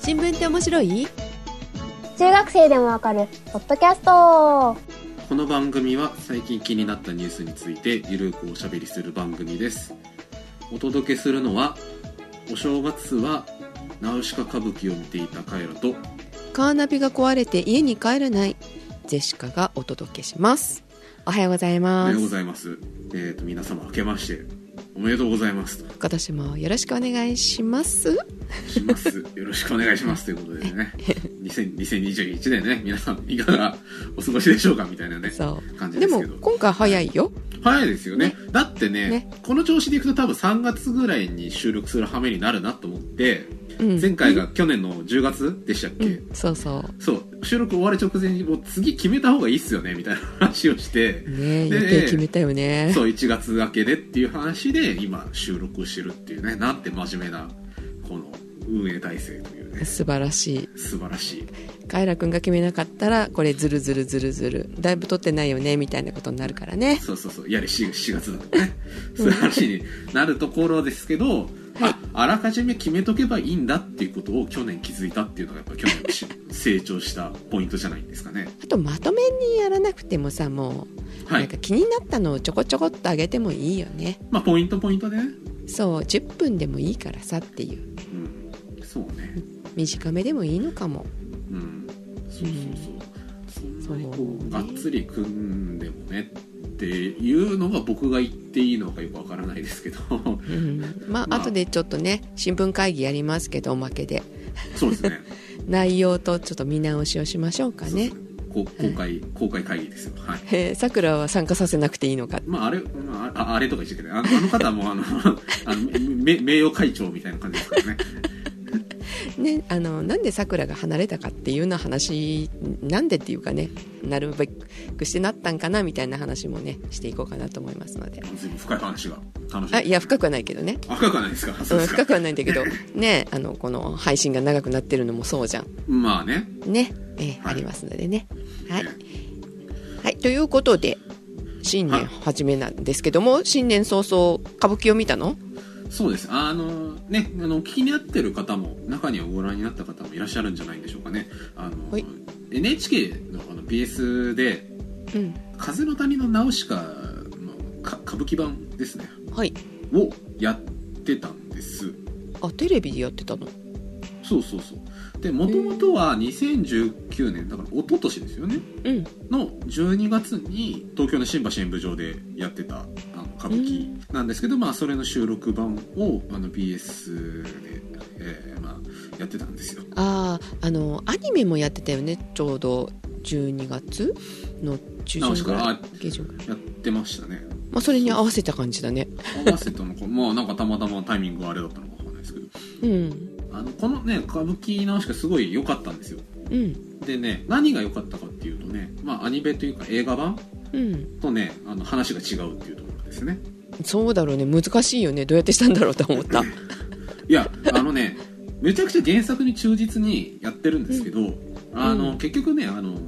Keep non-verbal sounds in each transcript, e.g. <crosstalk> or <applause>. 新聞って面白い中学生でもわかるポッドキャストこの番組は最近気になったニュースについてゆるくおしゃべりする番組ですお届けするのはお正月はナウシカ歌舞伎を見ていたカエラとカーナビが壊れて家に帰れないジェシカがお届けしますおはようございおまはようごすざいますえー、と皆様明けましておめでとうございますと今年もよろしくお願いしますします <laughs> よろしくお願いしますということでね2000 2021年ね皆さんいかがお過ごしでしょうかみたいなねそ感うじでですもけど今回早いよ早いですよねねだってねねこの調子でいくと多分3月ぐらいに収録する羽目になるなと思って、うん前回が去年の10月でしたっけ、うんそうそうそう収録終わる直前にもう次決めた方がいいっすよねみたいな話をして、ねえで予定決めたよねそう1月明けでっていう話で今収録をしてるっていうねなんて真面目なこの運営体制というね素晴らしい素晴らしいカイラくんが決めなかったらこれズルズルズルズルだいぶ撮ってないよねみたいなことになるからねそうそうそうやれ 4, 月だとねそういう話になるところですけど、ああらかじめ決めとけばいいんだっていうことを去年気づいたっていうのがやっぱ去年し成長したポイントじゃないですかねあとまとめにやらなくてもさもう、はなんいか気になったのをちょこちょこっと上げてもいいよねまあポイントポイントでねそう10分でもいいからさっていううんそうね短めでもいいのかもうんそうそうそう、そんなにこそううねがっつり組んでもねっていうのが僕が言っていいのかよくわからないです <laughs> けどうんまあ、まあ後でちょっとね新聞会議やりますけどおまけでそうですね内容とちょっと見直しをしましょうかそうでねすねこう公開公開会議ですよはいえーさくらは参加させなくていいのかまああれ、まあ、ああれとか言っちゃいけないあのあの方もあの <laughs> あのめ名誉会長みたいな感じですからねねあのなんでさくらが離れたかっていうような話なんでっていうかねなるべくしてなったんかなみたいな話もねしていこうかなと思いますので随分深い話が楽しみあいや深くはないけどねあ深くはないですかそううんですか深くはないんだけどねあのこの配信が長くなってるのもそうじゃんまあねね、えーはあいりますのでね。はい、ねはい、ということで新は年い初めなんですけども、新年早々歌舞伎を見たのそうですあのねあのお聞きになってる方も中にはご覧になった方もいらっしゃるんじゃないでしょうかねあの、はい NHK のあの BS でうん「風の谷のナウシカ」のか歌舞伎版ですねはいをやってたんですあテレビでやってたのそうそうそうでもともとは2019年だから一昨年ですよねうんの12月に東京の新橋演舞場でやってたあの歌舞伎なんですけど、まあ、それの収録版をあの BS で、えーまあ、やってたんですよあああのアニメもやってたよねちょうど12月の中直旬しぐかららいあ下旬ぐらいやってましたねまあそれに合わせた感じだね合わせたのか <laughs> まあなんかたまたまタイミングがあれだったのかわかんないですけどうんあのこのね歌舞伎直しがすごい良かったんですようんでね何が良かったかっていうとねまあアニメというか映画版うんとねあの話が違うっていうところですねそうだろうね難しいよねどうやってしたんだろうと思ったいやあのねめちゃくちゃ原作に忠実にやってるんですけど、あの、うん結局ねあの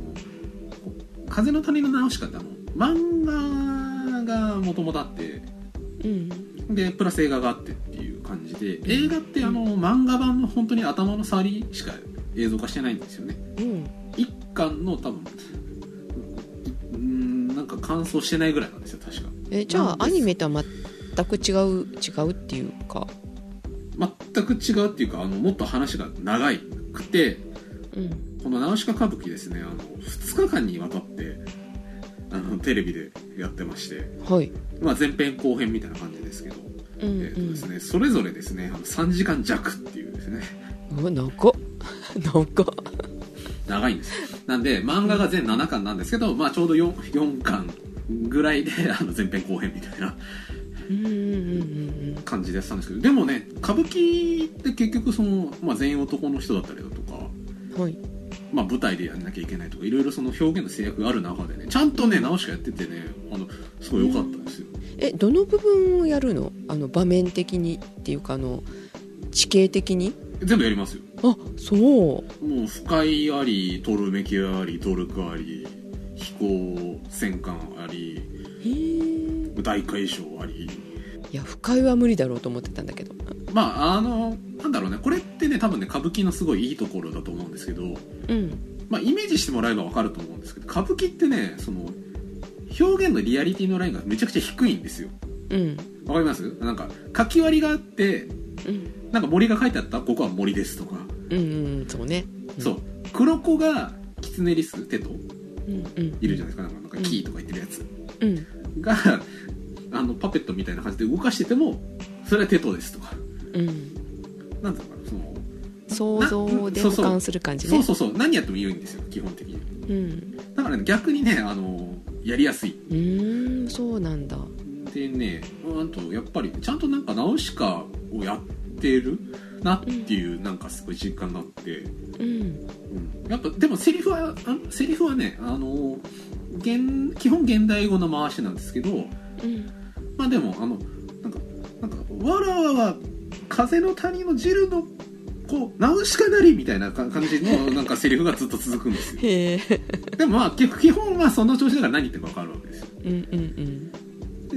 「風の谷の直し方」の漫画がもともとあってうんでプラス映画があってっていう感じで映画ってあの漫画版の本当に頭の触りしか映像化してないんですよねうん一巻の多分うーんなんか完走してないぐらいなんですよ確かえじゃなあんですアニメとは全く違う違うっていうか全く違うっていうかあのもっと話が長くてうんこの「ナウシカ歌舞伎」ですねあの2日間にわたってあのテレビでやってまして、はいまあ、前編後編みたいな感じですけど、うんえーとですね、それぞれですねあの3時間弱っていうですねうんうわ長っ <laughs> 長っ長いんですなんで漫画が全7巻なんですけど、まあ、ちょうど 4, 4巻ぐらいであの前編後編みたいなうんうんうん感じでやってたんですけどでもね歌舞伎って結局その、まあ、全員男の人だったりだとか、うんはいまあ、舞台でやんなきゃいけないとかいろいろその表現の制約がある中でねちゃんとね直しかやっててねあのすごい良かったんですよ、えどの部分をやるのあの場面的にっていうかあの地形的に全部やりますよあそうもう不快ありトルメキアありドルクあり飛行戦艦ありへえ大海将ありいや不快は無理だろうと思ってたんだけどまああのなんだだろうねこれってね多分ね歌舞伎のすごいいいところだと思うんですけど、うんまあ、イメージしてもらえば分かると思うんですけど歌舞伎ってねその表現のリアリティのラインがめちゃくちゃ低いんですようんわかりますなんか書き割りがあってうんなんか森が書いてあったここは森ですとか、うんうんそうねそう黒子がキツネリステトうんうんいるじゃないですかなんかなんかキーとか言ってるやつうんがあのパペットみたいな感じで動かしててもそれはテトですとかうんなんていうのかなその想像でそう保そう管する感じそうねそうそう何やっても言うんですよ基本的にうんだから、ね、逆にねあのやりやすいうーんそうなんだうでねうんとやっぱりちゃんとなんかナウシカをやってるなっていうなんかすごい実感があって、んうん、やっぱでもセリフはあセリフはねあの現基本現代語の回しなんですけどうんまあでもあのなんかなんか「わらわは風の谷のジルのこうナウシカなり」みたいなか感じのなんかセリフがずっと続くんですよへえでもまあ基基本はその調子だから何言ってるか分かるわけですようんう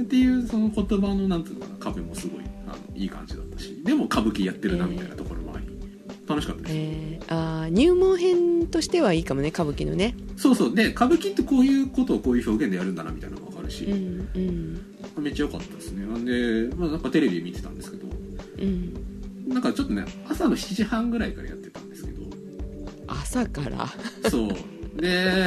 んっていうその言葉のなんていうのかな壁もすごいあのいい感じだったしでも歌舞伎やってるなみたいなところもあり、楽しかっうたんです、えー、あー入門編としてはいいかもね歌舞伎のねそうそうで歌舞伎ってこういうことをこういう表現でやるんだなみたいなのが分かるしう、んうんめっちゃ良かったですねなんで、まあ、なんかテレビ見てたんですけどうんなんかちょっとね朝の7時半ぐらいからやってたんですけど朝からそうで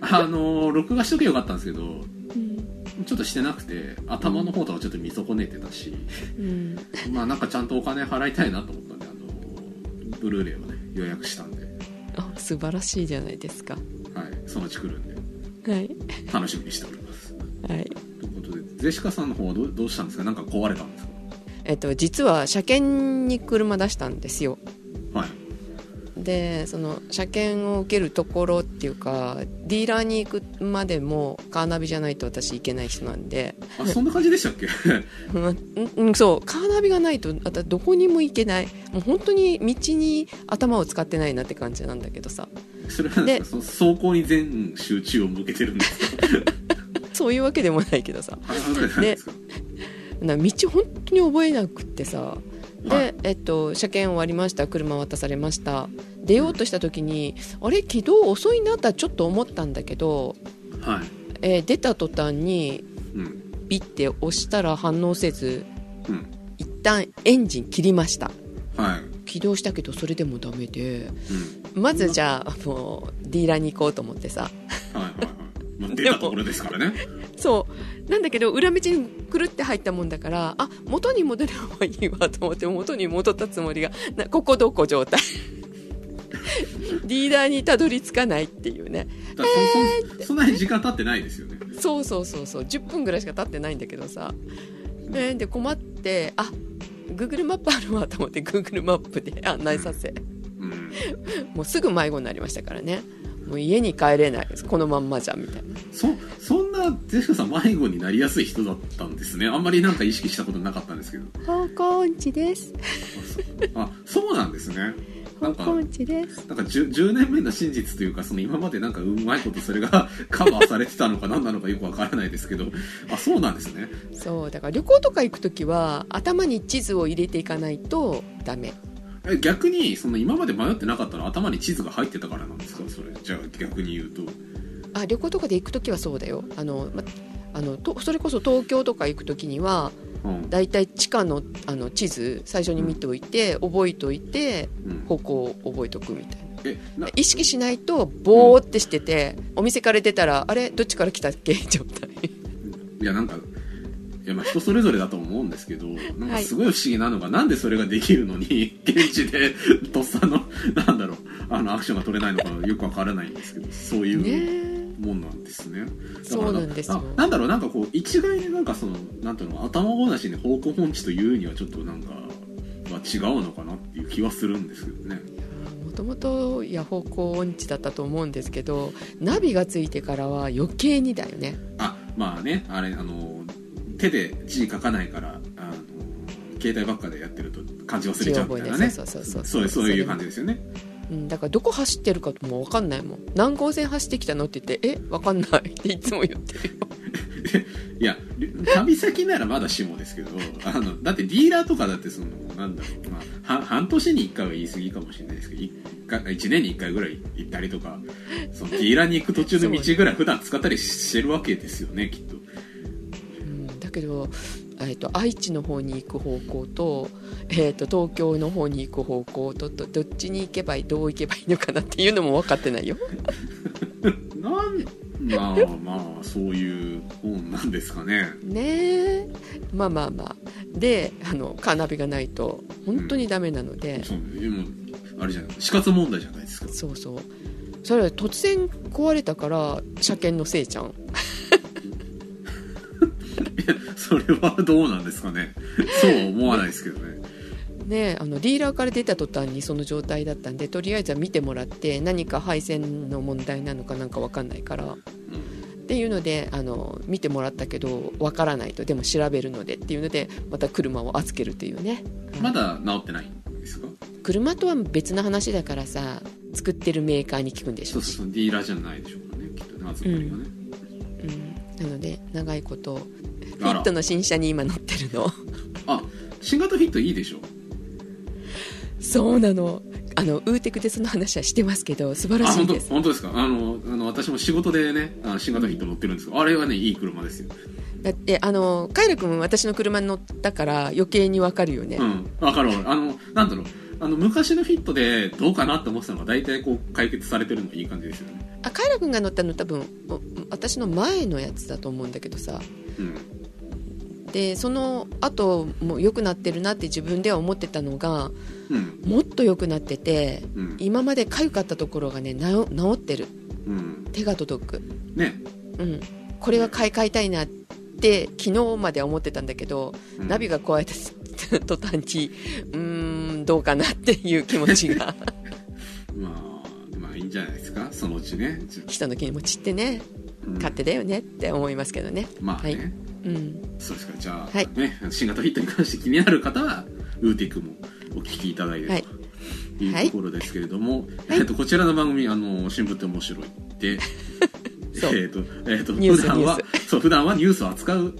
あの録画しとけばよかったんですけどうんちょっとしてなくて頭の方とかちょっと見損ねてたしうんまあなんかちゃんとお金払いたいなと思ったんであのブルーレイをね予約したんであ素晴らしいじゃないですかはい、そのうち来るんではい楽しみにしておりますはいということでゼシカさんの方はどうどうしたんですかなんか壊れたんですえっと実は車検に車出したんですよかはいでその車検を受けるところっていうかディーラーに行くまでもカーナビじゃないと私行けない人なんで、 <laughs> あそんな感じでしたっけうんうん、そうカーナビがないと私どこにも行けないもう本当に道に頭を使ってないなって感じなんだけどさそれはなんですかその走行に全集中を向けてるんですか <laughs> そういうわけでもないけどさあそうなんですかな道本当に覚えなくってさはいで、えっと、車検終わりました車渡されました出ようとした時にあれ軌道遅いなとはちょっと思ったんだけど、はい、えー出た途端にうんビッて押したら反応せずうん一旦エンジン切りましたはい、起動したけどそれでもダメでうまずじゃあもうディーラーに行こうと思ってさん、はいはいはい、まあ、出たところですから <laughs> ねそうなんだけど裏道にくるって入ったもんだからあ元に戻ればいいわと思って元に戻ったつもりがなここどこ状態 <laughs> ディーラーにたどり着かないっていうねだからそそそんなに時間経ってないですよねそうそうそうそう10分ぐらいしか経ってないんだけどさ、ね、で困ってあ Google マップあるわと思って Google マップで案内させうんもうすぐ迷子になりましたからねもう家に帰れないですこのまんまじゃみたいなそそんなゼシカさん迷子になりやすい人だったんですねあんまりなんか意識したことなかったんですけど方向音痴ですあそあそうなんですね方なんか向音痴ですなんか 10, 10年目の真実というかその今までなんかうまいことそれが <laughs> カバーされてたのか何なのかよくわからないですけどあそうなんですねそうだから旅行とか行く時は頭に地図を入れていかないとダメえ逆にその今まで迷ってなかったら頭に地図が入ってたからなんですかそれじゃあ逆に言うとあ旅行とかで行く時はそうだよあの、まあのとそれこそ東京とか行く時にはうんだいたい地下のあの地図最初に見ておいて、覚えておいてうん方向を覚えておくみたいなえな意識しないとボーってしてて、お店から出たらあれどっちから来たっけ <laughs> 状態いやなんかいやまあ人それぞれだと思うんですけどなんかはいすごい不思議なのが、なんでそれができるのに <laughs> 現地でとっさのなんだろうあのアクションが取れないのかよくわからないんですけどそういう。ねもんなんですね。だかそらうなんですよななんだろうなんかこう一概になんかそのなんていうの頭ごなしに方向音痴というにはちょっとなんか、まあ、違うのかなっていう気はするんですけどね。もともといや方向音痴だったと思うんですけどナビがついてからは余計にだよねあまあねあれあの手で字書かないからあの携帯ばっかでやってると漢字忘れちゃうみたいなね。字覚えてそうそうそうそそううそういう感じですよね。うん、だからどこ走ってる <laughs> かも分かんないもん何号線走ってきたのって言って「え分かんない」っていつも言ってるよいや旅先ならまだしもですけどあのだってディーラーとかだってそのなんだろう、まあ、は半年に1回は言い過ぎかもしれないですけど 1, 回1年に1回ぐらい行ったりとかそのディーラーに行く途中の道ぐらい普段使ったりしてるわけですよねきっと。うんだけど、えー、と愛知の方に行く方向と,、えー、と東京の方に行く方向ととどっちに行けばいいどう行けばいいのかなっていうのも分かってないよ。なんまあまあそういう本なんですかね。ねえまあまあまあであのカーナビがないと本当にダメなので、そうでもあれじゃない死活問題じゃないですか。そうそうそれは突然壊れたから車検のせいちゃんいやそれはどうなんですかね。そうは思わないですけどね。ね、あのディーラーから出た途端にその状態だったんでとりあえずは見てもらって何か配線の問題なのかなんか分かんないからっていうのであの見てもらったけど分からないとでも調べるのでっていうのでまた車を預けるっていうねうん、まだ治ってないんですか。車とは別の話だからさ作ってるメーカーに聞くんでしそょうそうそうディーラーじゃないでしょうかねきっとね扱いがね。うん、なので長いことフィあらットの新車に今乗ってる <laughs> のあ新型フィットいいでしょそうなのあのウーテクでその話はしてますけど素晴らあしい本当です本当ですかあのあの私も仕事でねあの新型フィット乗ってるんですけどあれはねいい車ですよだってあのカイラ君私の車に乗ったから余計にわかるよね、うんわかるわかるあのなんだろうあの昔のフィットでどうかなって思ってたのが大体こう解決されてるのがいい感じですよねあカイラ君が乗ったの多分お私の前のやつだと思うんだけどさうんでその後もう良くなってるなって自分では思ってたのがうんもっと良くなっててうん今まで痒かったところがねなお治ってるうん手が届くね、うん、これは買い替えたいなって昨日までは思ってたんだけど、うんナビが壊れた途端にうーんどうかなっていう気持ち <laughs> がまあまあいいんじゃないですかそのうちね、じゃ人の気持ちってねうん勝手だよねって思いますけどね、まあね、はいうん、そうですかじゃあ、はいね新型フィットに関して気になる方はウーティクもお聞きいただいてとはいいうところですけれども、えっとこちらの番組あの新聞って面白いって <laughs> そうえっとえっとニュース普段はニュそう普段はニュースを扱う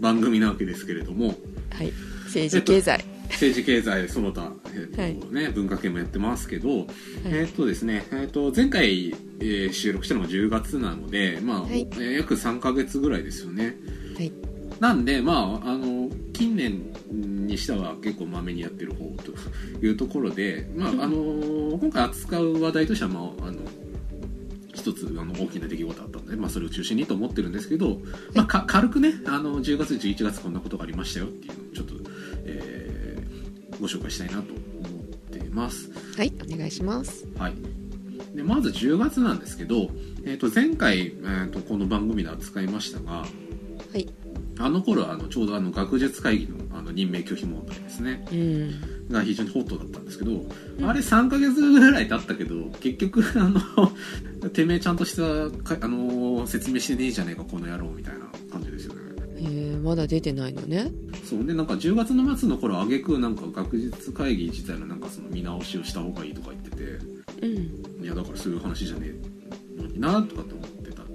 番組なわけですけれどもはい、政治経済、政治経済その他、えっとはいね、文化系もやってますけど、えっとですね、えっと前回、えー収録したのが10月なので、まあはいえー約3ヶ月ぐらいですよね。はいなんで、まあ、あの近年にしては結構まめにやってる方というところで、まあ、あの今回扱う話題としては、まあ、あの一つあの大きな出来事あったので、まあ、それを中心にと思ってるんですけど、まあ、か軽くねあの10月11月こんなことがありましたよっていうのをちょっと、えーご紹介したいなと思ってます。はい、お願いしますはい、でまず10月なんですけど、えー、と前回、えー、とこの番組で扱いましたが、はいあの頃はあのちょうどあの学術会議のあの任命拒否問題ですねうんが非常にホットだったんですけど、んあれ3ヶ月ぐらい経ったけど結局あの <laughs> てめえちゃんとしたかあの説明してねえじゃねえかこの野郎みたいな感じですよね。えーまだ出てないのねそうでなんか10月の末の頃挙句なんか学術会議自体のなんかその見直しをした方がいいとか言ってて。うんいやだからそういう話じゃねえのになとかって思ってたあの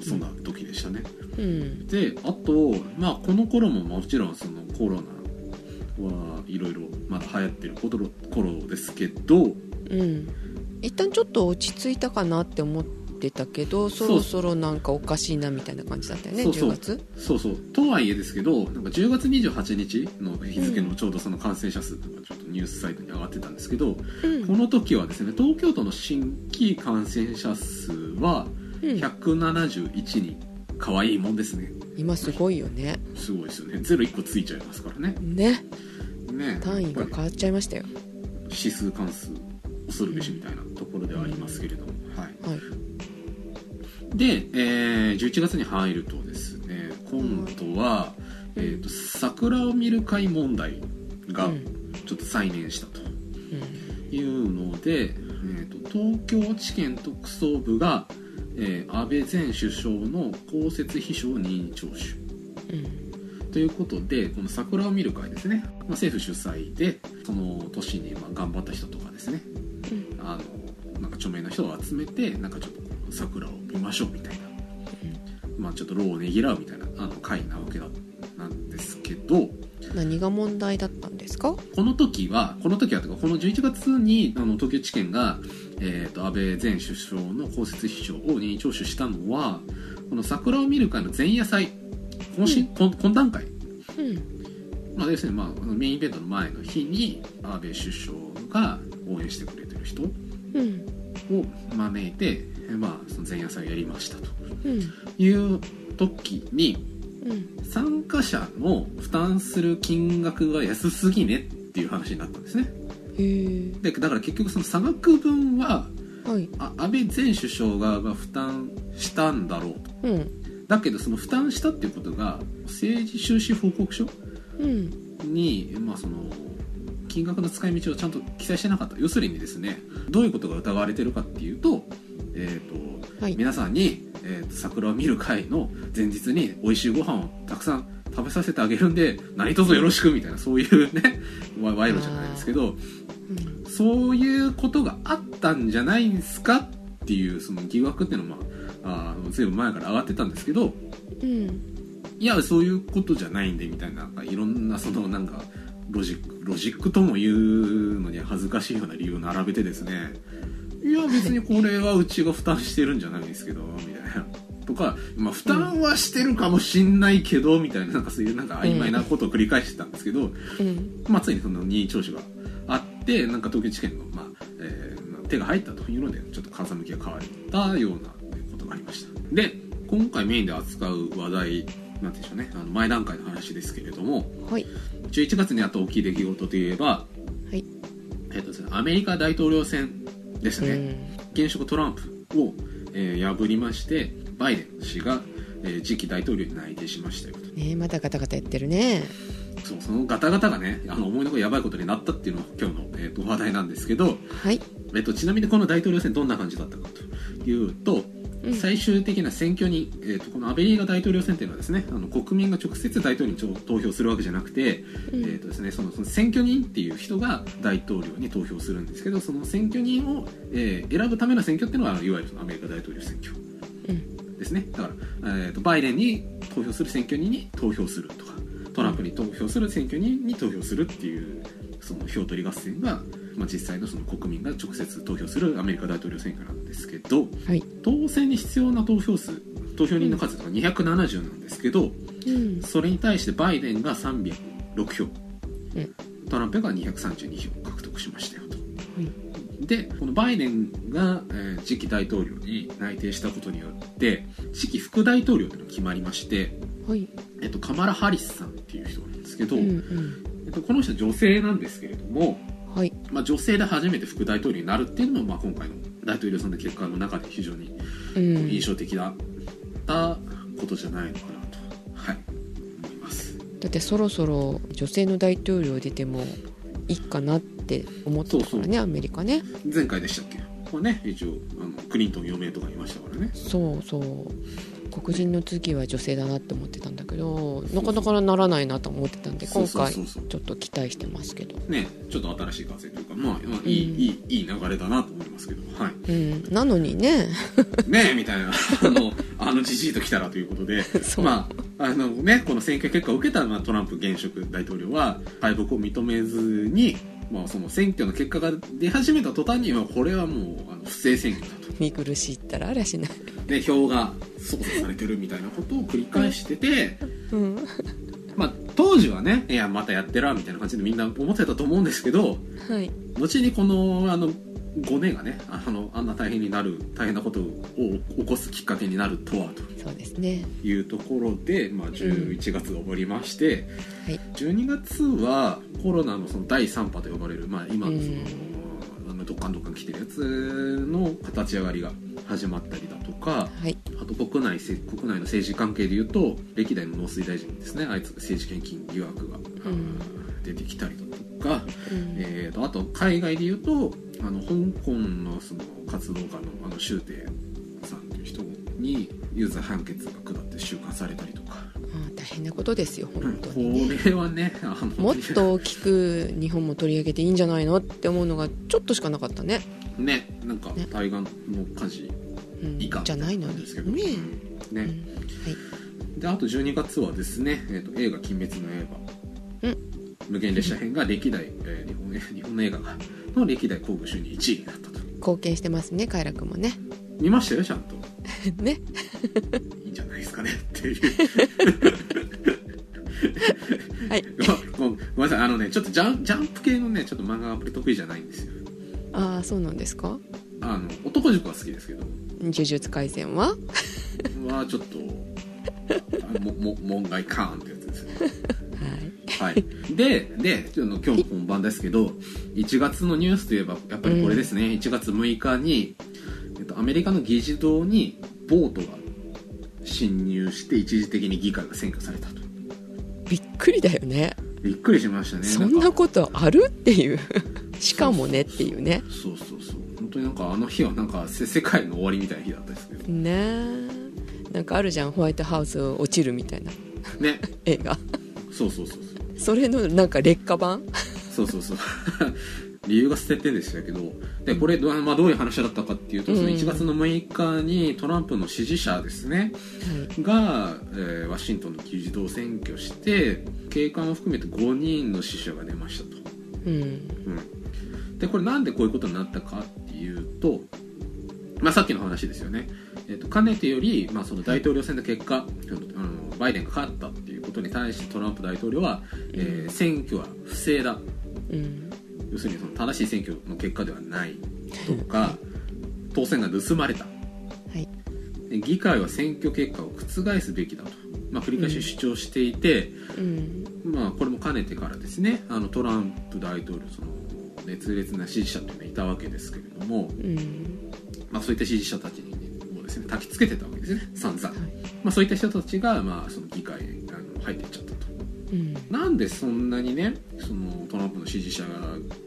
そんな時でしたね、うんであとまあこの頃ももちろんそのコロナはいろいろまだ流行ってる頃頃ですけどうん一旦ちょっと落ち着いたかなって思ってたけどそろそろなんかおかしいなみたいな感じだったよねそうそう10月そうそうとはいえですけどなんか10月28日の日付のちょうどその感染者数とかちょっとニュースサイトに上がってたんですけど、うんこの時はですね東京都の新規感染者数はうん171人、可愛いもんですね今すごいよねすごいですよね01個ついちゃいますからねねね単位がやっ変ぱわっちゃいましたより指数関数恐るべしみたいなところではありますけれども、はい、はいで、えー11月に入るとですね今度は、うんえー、と桜を見る会問題がうんちょっと再燃したというので、えー、と東京地検特捜部が、えー安倍前首相の公設秘書を任意聴取うんということでこの桜を見る会ですね、まあ、政府主催でその年にまあ頑張った人とかですね、あのなんか著名な人を集めてなんかちょっとこう桜を見ましょうみたいな、まあ、ちょっと労をねぎらうみたいなあの回なわけだなんですけど何が問題だったんですかこの時はこの時はというかこの11月にあの東京地検が、えー、と安倍前首相の公設秘書を任意聴取したのはこの桜を見る会の前夜祭懇親懇懇談会うんまあ、要するに、まあ、あのメインイベントの前の日に安倍首相が応援してくれてる人をうん招いて、えまあ、その前夜祭をやりましたとうんいう時にうん参加者の負担する金額が安すぎねっていう話になったんですねへでだから結局その差額分はえはいあ安倍前首相側が負担したんだろうとうんだけどその負担したっていうことが政治収支報告書うんに、まあ、その金額の使い道をちゃんと記載してなかった要するにですねどういうことが疑われてるかっていうと,、えーとはい皆さんに、えーと桜を見る会の前日に美味しいご飯をたくさん食べさせてあげるんで何卒よろしくみたいなそういうね <laughs> わ賄賂じゃないですけうどんそういうことがあったんじゃないんですかっていうその疑惑っていうのは、まあ、あーずいぶん前から上がってたんですけど、うんいやそういうことじゃないんでみたいななんかいろんなそのなんかロジックロジックとも言うのに恥ずかしいような理由を並べてですねいや別にこれはうちが負担してるんじゃないんですけどみたいな。とか、まあ、負担はしてるかもしんないけど、みたいななんかそういうなんか曖昧なことを繰り返してたんですけど、うんまあ、ついにその任意聴取があってなんか東京地検の、まあえーまあ手が入ったというのでちょっと風向きが変わったようなことがありましたで今回メインで扱う話題なんて言うんでしょうねあの前段階の話ですけれどもはい11月にあった大きい出来事といえはば、いえーとですね、アメリカ大統領選ですうね、ん現職トランプを、えー破りましてバイデン氏が、えー次期大統領に内定しましたよとねえまたガタガタやってるねそうそのガタガタがねあの思いのほかやばいことになったっていうのが今日の、えーと話題なんですけど、はいえっと、ちなみにこの大統領選どんな感じだったかというと、うん最終的な選挙に、えっと、このアベリーが大統領選というのはですねあの国民が直接大統領にちょ投票するわけじゃなくて、うえっんとですね、そのその選挙人っていう人が大統領に投票するんですけどその選挙人を、えー選ぶための選挙っていうのはあのいわゆるそのアメリカ大統領選挙うんですねだから、えー、とバイデンに投票する選挙人に投票するとかトランプに投票する選挙人に投票するっていうその票取り合戦が、まあ、実際のその国民が直接投票するアメリカ大統領選挙なんですけどはい当選に必要な投票数投票人の数とか270なんですけどうんそれに対してバイデンが306票、うんトランプが232票獲得しましたよと。はいでこのバイデンが、えー次期大統領に内定したことによって次期副大統領というのが決まりまして、はいえっと、カマラ・ハリスさんっていう人なんですけど、うんうんえっと、この人は女性なんですけれども、はいまあ、女性で初めて副大統領になるっていうのも、まあ、今回の大統領選の結果の中で非常にうん印象的だったことじゃないのかなと、はい、思います。だってそろそろ女性の大統領出てもいいかなって思ってたからねそうアメリカね前回でしたっけまあね一応あのクリントン余命とかいましたからねそうそう黒人の次は女性だなって思ってたんだけどなかなかならないなと思ってたんでそ今うそう回そうそうちょっと期待してますけど、ねちょっと新しい風というかまあ、まあ、いい、うんいいいい流れだなと思いますけどはいうん、なのにね <laughs> ねえみたいなあのあのじじいと来たらということでそう、まああのねこの選挙結果を受けた、まあ、トランプ現職大統領は敗北を認めずにまあ、その選挙の結果が出始めた途端にはこれはもうあの不正選挙だと見苦しいったらありゃしない、で票が操作されてるみたいなことを繰り返してて、うん、まあ、当時はねいやまたやってらみたいな感じでみんな思ってたと思うんですけどはい後にこのあの5年がねああのあんな大変になる大変なことを起こすきっかけになるとはとそうですねいうところで、まあ、11月が終わりまして、はい12月はコロナのその第3波と呼ばれる、まあ、今のその、あのドッカンドッカン来てるやつの形上がりが始まったりだとか、はいあと国内せ国内の政治関係でいうと歴代の農水大臣ですね相次ぐ政治献金疑惑が、あうんー出てきたりだとか、うんえー、とあと海外でいうとあの香港のその活動家のあの周庭さんという人に有罪判決が下って収監されたりとか、あー大変なことですよ本当こにねれはねあのもっ <laughs> と大きく日本も取り上げていいんじゃないのって思うのがちょっとしかなかったねねなんかね対岸の火事うん以下じゃないのなんにですけどねね、え、うんはい、であと12月はですね、えー、と映画「鬼滅の刃」うん無限列車編」が歴代、えー日本 <laughs> 日本の映画がの歴代興行収入1位になったと貢献してますね快楽もね <laughs> 見ましたよちゃんとねいいんじゃないですかねっていう <laughs> はいごごごめんなさいあのねちょっとジャンジャンプ系のねちょっと漫画があんまり得意じゃないんですよああそうなんですかあの男塾は好きですけど呪術廻戦ははちょっとあもも門外カーンってやつですねはいはい、ででちょっと今日の本番ですけど1月のニュースといえばやっぱりこれですね、1月6日に、えっと、アメリカの議事堂にボートが侵入して一時的に議会が占拠されたとびっくりだよねびっくりしましたねそんなかことあるっていうしかもねっていうねそうそうそう本当になんかあの日はなんかせ世界の終わりみたいな日だったですけどねえなんかあるじゃんホワイトハウス落ちるみたいなね映画そうそうそうそれのなんか劣化版そうそう <laughs> そうそう理由が捨ててでしたけどでこれ、どうまあ、どういう話だったかっていうと、その1月の6日にトランプの支持者ですね、が、えーワシントンの議事堂を占拠して警官を含めて5人の死者が出ましたと、うんうん、でこれなんでこういうことになったかっていうと、まあ、さっきの話ですよね、えー、とかねてより、まあ、その大統領選の結果そのあのバイデンが勝ったっていうことに対してトランプ大統領は、えー選挙は不正だうん要するにその正しい選挙の結果ではないとか当選が盗まれたはいで議会は選挙結果を覆すべきだと、まあ、繰り返し主張していて、うんまあ、これもかねてからですねあのトランプ大統領その熱烈な支持者というのがいたわけですけれども、うんまあ、そういった支持者たちにもですね焚きつけてたわけですね散々、はいまあ、そういった人たちが、まあ、その議会にあの入っていっちゃったとうんなんでそんなにねそのトランプの支持者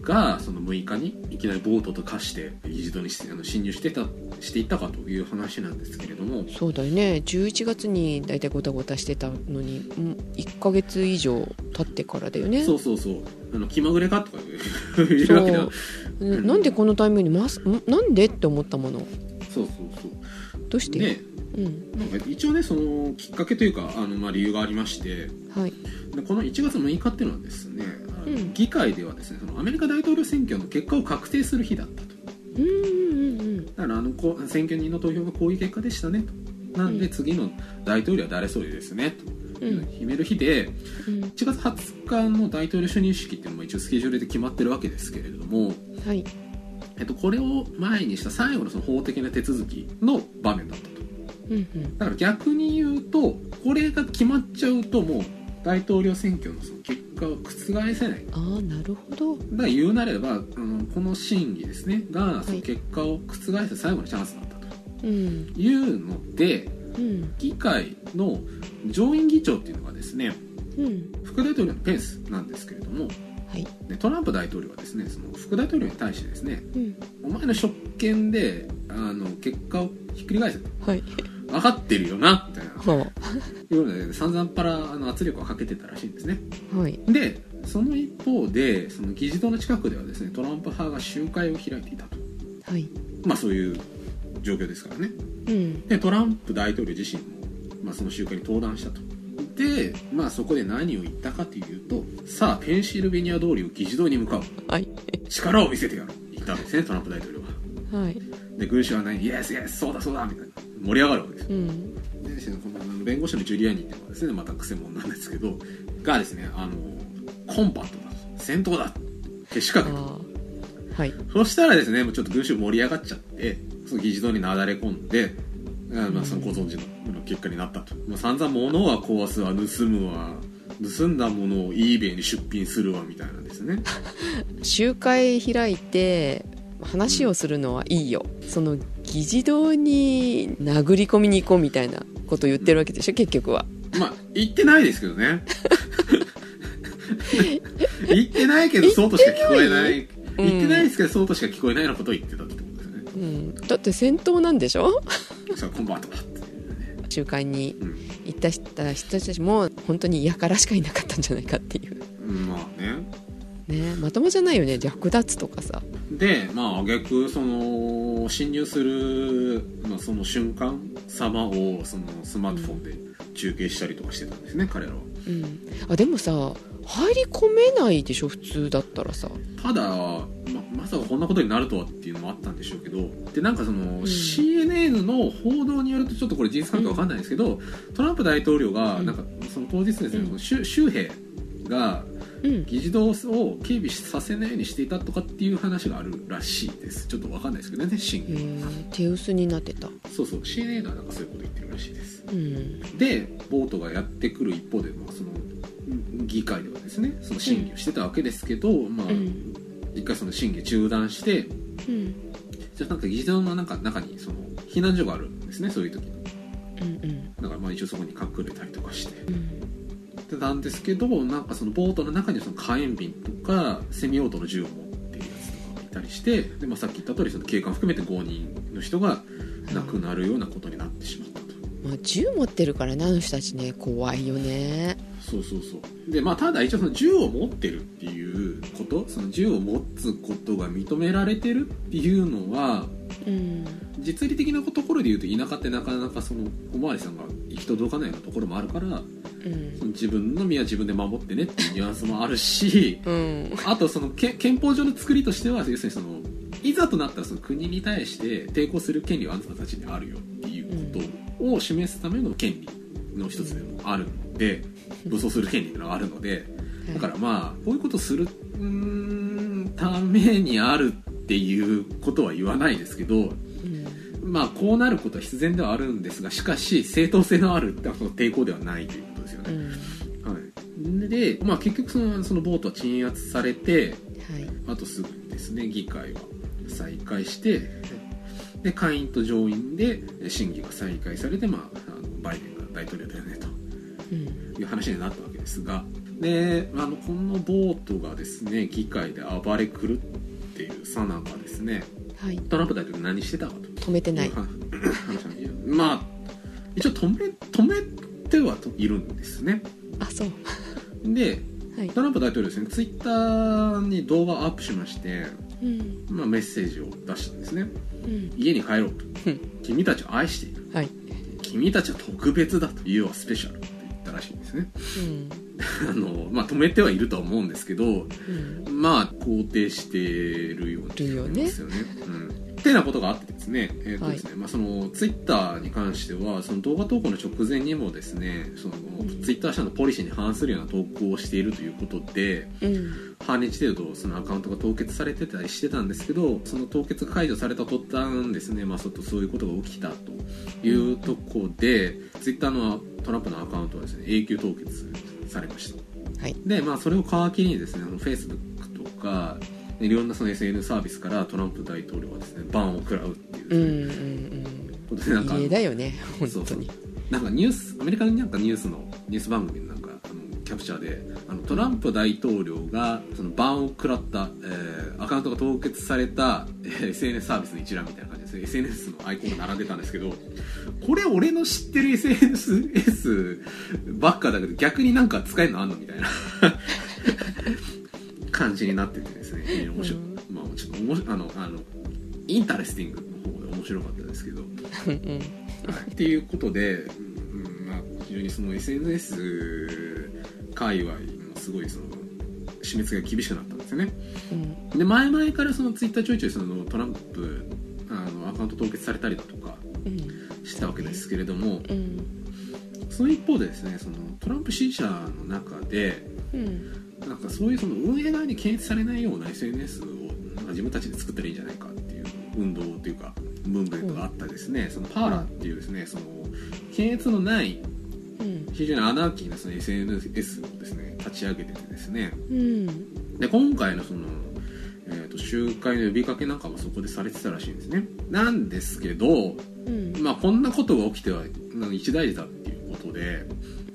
がその6日にいきなりボートと化して議事堂にしあの侵入してたしていったかという話なんですけれどもそうだよね11月に大体ゴタゴタしてたのにうん1ヶ月以上経ってからだよねそうそうそうあの気まぐれかとか言う <laughs> いうわけではそううんなんでこのタイミングに回すんなんでって思ったものそうそうどうしそうて、でうんなんか一応ねそのきっかけというかあの、まあ、理由がありましてはいでこの1月6日っていうのはですねあのうん議会ではですねそのアメリカ大統領選挙の結果を確定する日だったとうんうんうんだからあのこう選挙人の投票がこういう結果でしたねとなんでうん次の大統領は誰それですねと、うん決める日でうん1月20日の大統領就任式っていうのも一応スケジュールで決まってるわけですけれども、はいえっと、これを前にした最後のその法的な手続きの場面だったとうんうんだから逆に言うとこれが決まっちゃうともう大統領選挙のその結果を覆せないああなるほどだから言うなればあのこの審議ですねがそはのい結果を覆す最後のチャンスだったとうんいうのでうん議会の上院議長っていうのがですねうん副大統領のペンスなんですけれどもはいでトランプ大統領はですねその副大統領に対してですねうんお前の職権であの結果をひっくり返せとはい分かってるよなみたいなはいうので散々パラあの圧力をかけてたらしいんですねあはいでその一方でその議事堂の近くではですねトランプ派が集会を開いていたとはいまあそういう状況ですからねうんでトランプ大統領自身も、まあ、その集会に登壇したとで、まあ、そこで何を言ったかというとさあペンシルベニア通りを議事堂に向かうはい力を見せてやろう言ったんですねトランプ大統領ははいで群衆はねイエスイエスそうだそうだみたいな盛り上がるわけですうんでこの弁護士のジュリアニーっていうのはですねまたクセモンなんですけどがですねあのコンバットだ戦闘だって仕あ掛けたあはいそしたらですね、もうちょっと群衆盛り上がっちゃって、その議事堂になだれ込んで、あまあ、そのご存知の結果になったと。もう散々物は壊すわ、盗むわ、盗んだものを eBay に出品するわ、みたいなんです <laughs> ね。集会開いて話をするのはいいよその議事堂に殴り込みに行こうみたいなこと言ってるわけでしょ結局はまあ、言ってないですけどね。 <laughs> 言ってないけど、そうとしか聞こえない。うん言ってないですけど、そうとしか聞こえないようなことを言ってたってことですね。うんだって戦闘なんでしょさあ、コンバートだっていうね。集会にうん行った人たちも本当にやからしかいなかったんじゃないかっていううん。まあね。ねまともじゃないよね略奪とかさでまあ挙句そのの侵入する、まあ、その瞬間様をそのスマートフォンで中継したりとかしてたんですね、彼らはうん、あでもさ入り込めないでしょ普通だったらさただままさかこんなことになるとはっていうのもあったんでしょうけどでなんかその、ん CNN の報道によるとちょっとこれ事実関係わかんないんですけど、トランプ大統領がうんなんかその当日ですね、うんその州州兵がうん議事堂を警備させないようにしていたとかっていう話があるらしいですちょっとわかんないですけどね真へ偽はー手薄になってたそうそう CNN はなんかそういうこと言ってるらしいですうんでボートがやってくる一方で、まあ、そのうん議会ではですねその審議をしてたわけですけど、まあうん一回その審議中断してうんじゃあなんか議事堂のなんか中にその避難所があるんですねそういう時にうんうんだからまあ一応そこに隠れたりとかしてうんでなんですけどなんかそのボートの中にはその火炎瓶とかセミオートの銃を持ってるやつとかがいたりしてで、まあ、さっき言った通りその警官含めて5人の人が亡くなるようなことになってしまったと。まあ、銃持ってるからねあの人たちね怖いよねそうそうそうでまあただ一応その銃を持ってるっていうことその銃を持つことが認められてるっていうのはうん実利的なところで言うと田舎ってなかなかそのおまわりさんが行き届かないようなところもあるからうんその自分の身は自分で守ってねっていうニュアンスもあるしうんあとそのけ憲法上の作りとしては要するにそのいざとなったらその国に対して抵抗する権利はあなたたちにあるよっていうことを示すための権利の一つでもあるので武装する権利っていうのがあるので。だからまあこういうことするうーんためにあるっていうことは言わないですけどうんまあこうなることは必然ではあるんですがしかし正当性のあるあの抵抗ではないということですようね。んははい、で、まあ、結局そのそのボートは鎮圧されていあとすぐにですね議会は再開してで下院と上院でえ審議が再開されて、まあ、あのバイデンが大統領だよねと。うんいう話になったわけですがであのこのボートがですね議会で暴れ狂っているさなかですねはいトランプ大統領何してたかと止めてないいう話なんですよまあ一応止め止めてはといるんですねあそうではいトランプ大統領ですねツイッターに動画をアップしまして、うんまあ、メッセージを出したんですねうん家に帰ろうとうん君たちを愛しているはい君たちは特別だというはスペシャルって言ったらしいんですね <laughs> うんあのまあ止めてはいるとは思うんですけどうんまあ肯定してるような気がしますよね。うん、ってなことがあってですね、えーとですねまあ、そのツイッターに関してはその動画投稿の直前にもですねそのんツイッター社のポリシーに反するような投稿をしているということでうん半日程度そのアカウントが凍結されてたりしてたんですけどその凍結が解除された途端ですね、まあ、ちょっとそういうことが起きたというとこでツイッターのトランプのアカウントはですね永久凍結されました。はいで、まあ、それを皮切りにですね、フェイスブックとか、いろんなその SNS サービスからトランプ大統領はですね、バンを食らうっていううでんすうんね、ことで、なんうかん、家だよね本そう当そうになんかニュース、アメリカのなんかニュースの、ニュース番組のなんか、あのキャプチャーであのトランプ大統領がそのバンを食らった、えーアカウントが凍結された、えー SNS サービスの一覧みたいな感じですね SNS のアイコンが並んでたんですけどこれ俺の知ってる SNS ばっかだけど逆になんか使えるのあんのみたいな <laughs> 感じになっててですね非常に面白い、まあちょっとおもしあのあのインタレスティングの方で面白かったですけどうんうんはいっていうことで、うんうんまあ、非常にその SNS 界隈もすごいその締め付けが厳しくなったんですよねうんで前々からそのツイッターちょいちょいそのトランプあのアカウント凍結されたりだとかうんしたわけですけれどもうんその一方でですねそのトランプ支持者の中でうんなんかそういうその運営側に検閲されないような SNS をなんか自分たちで作ったらいいんじゃないかっていう運動というかムーブメントがあったですね、そのパーラっていうですねその検閲のないうん非常にアナーキーなその SNS をですね立ち上げててですねうんで今回のその、えー、と集会の呼びかけなんかもそこでされてたらしいんですねなんですけど、うんまあ、こんなことが起きてはうん一大事だっていうことで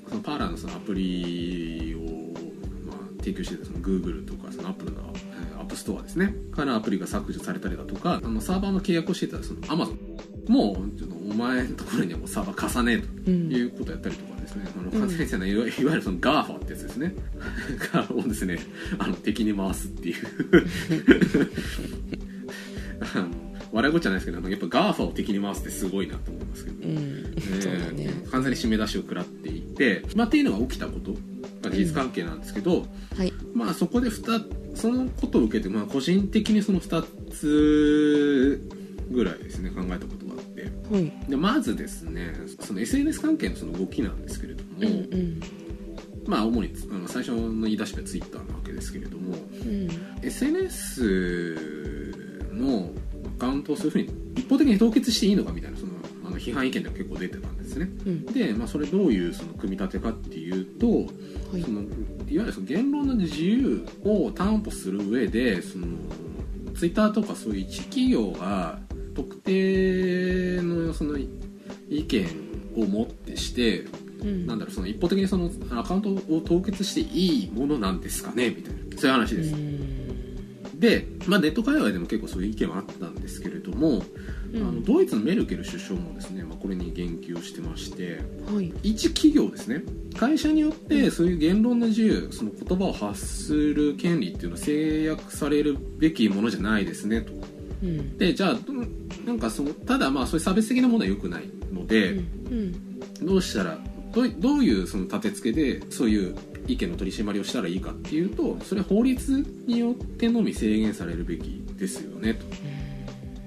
そのパーラーのそのアプリを、まあ、提供してたその Google とかその Apple のえー App Store ですねからアプリが削除されたりだとかあのサーバーの契約をしてたその Amazon もちょっとお前のところにはもうサーバー貸さねえとうんいうことをやったりとかですね、あのうん完全にないわいわゆるその GAFA ってやつですねがをです <laughs> ねあの敵に回すっていうあの笑い事じゃないですけどなんかやっぱガーファを敵に回すってすごいなと思いますけど、うんそうだねえー完全に締め出しを食らっていて、まあ、っていうのが起きたことが事実関係なんですけど、はいまあそこで二つそのことを受けて、まあ、個人的にその2つぐらいですね考えたことがあってはいでまずですねその SNS 関係のその動きなんですけれども、うんうんまあ主にあの最初の言い出しはツイッターなわけですけれどもうん SNS のアカウントをそういうふうに一方的に凍結していいのかみたいなそのあの批判意見でも結構出てたんですねうんで、まあ、それどういうその組み立てかっていうと、はいそのいわゆるその言論の自由を担保する上でそのツイッターとかそういう一企業が特定のその意見をもってしてうんなんだろうその一方的にそのアカウントを凍結していいものなんですかねみたいなそういう話です、で、まあ、ネット界隈でも結構そういう意見はあったんですけれども、うんあのドイツのメルケル首相もですね、まあ、これに言及をしてましてはい一企業ですね会社によってそういう言論の自由その言葉を発する権利っていうのは制約されるべきものじゃないですねとうんでじゃあどなんかそのただまあそういう差別的なものは良くないので、うんどうしたらどうどういうその立て付けでそういう意見の取り締まりをしたらいいかっていうとそれは法律によってのみ制限されるべきですよねと、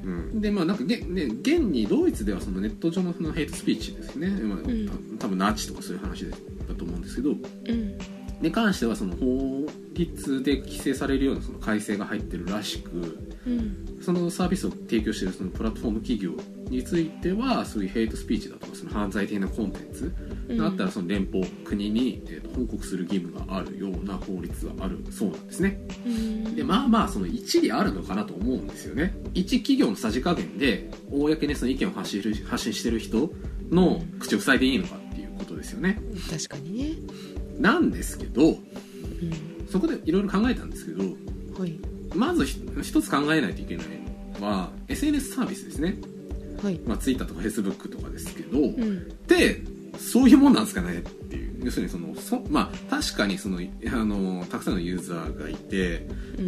うん、でまあなんかげ、ね、現にドイツではそのネット上のそのヘイトスピーチですね、まあんた多分ナチとかそういう話だと思うんですけどうんに関してはその法律で規制されるようなその改正が入ってるらしくうんそのサービスを提供しているそのプラットフォーム企業についてはそういうヘイトスピーチだとかその犯罪的なコンテンツうんがあったらその連邦国に、えーと報告する義務があるような法律があるそうなんですねうんでまあまあその一理あるのかなと思うんですよね一企業のさじ加減で公にその意見を発信る発信してる人の口を塞いでいいのかっていうことですよね確かにねなんですけどうんそこでいろいろ考えたんですけどはいまずひ一つ考えないといけないのは SNS サービスですね、はいまあ、Twitter とか Facebook とかですけど、うんってそういうもんなんですかねっていう要するにそのそまあ確かにそのあのたくさんのユーザーがいて、うんえ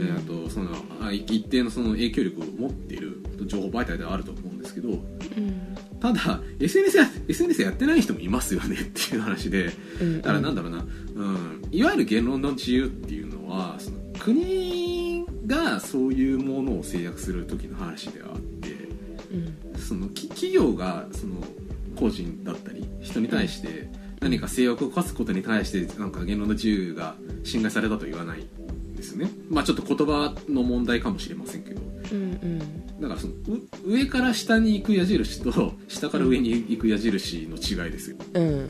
ーあとそのあ一定のその影響力を持っている情報媒体ではあると思うんですけどうんただ SNS や SNS やってない人もいますよねっていう話でうんだからなんだろうな、うん、いわゆる言論の自由っていうのはその国がそういうものを制約する時の話ではあって。うんそのき企業がその個人だったり人に対して何か制約を課すことに対してなんか言論の自由が侵害されたと言わないんですねまあちょっと言葉の問題かもしれませんけどうんうんだからそのう上から下に行く矢印と下から上に行く矢印の違いですようん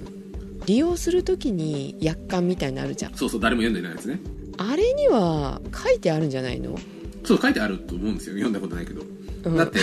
利用するときに約款みたいなのあるじゃんそうそう誰も読んでないやつねあれには書いてあるんじゃないの、そう書いてあると思うんですよ読んだことないけどうん、だって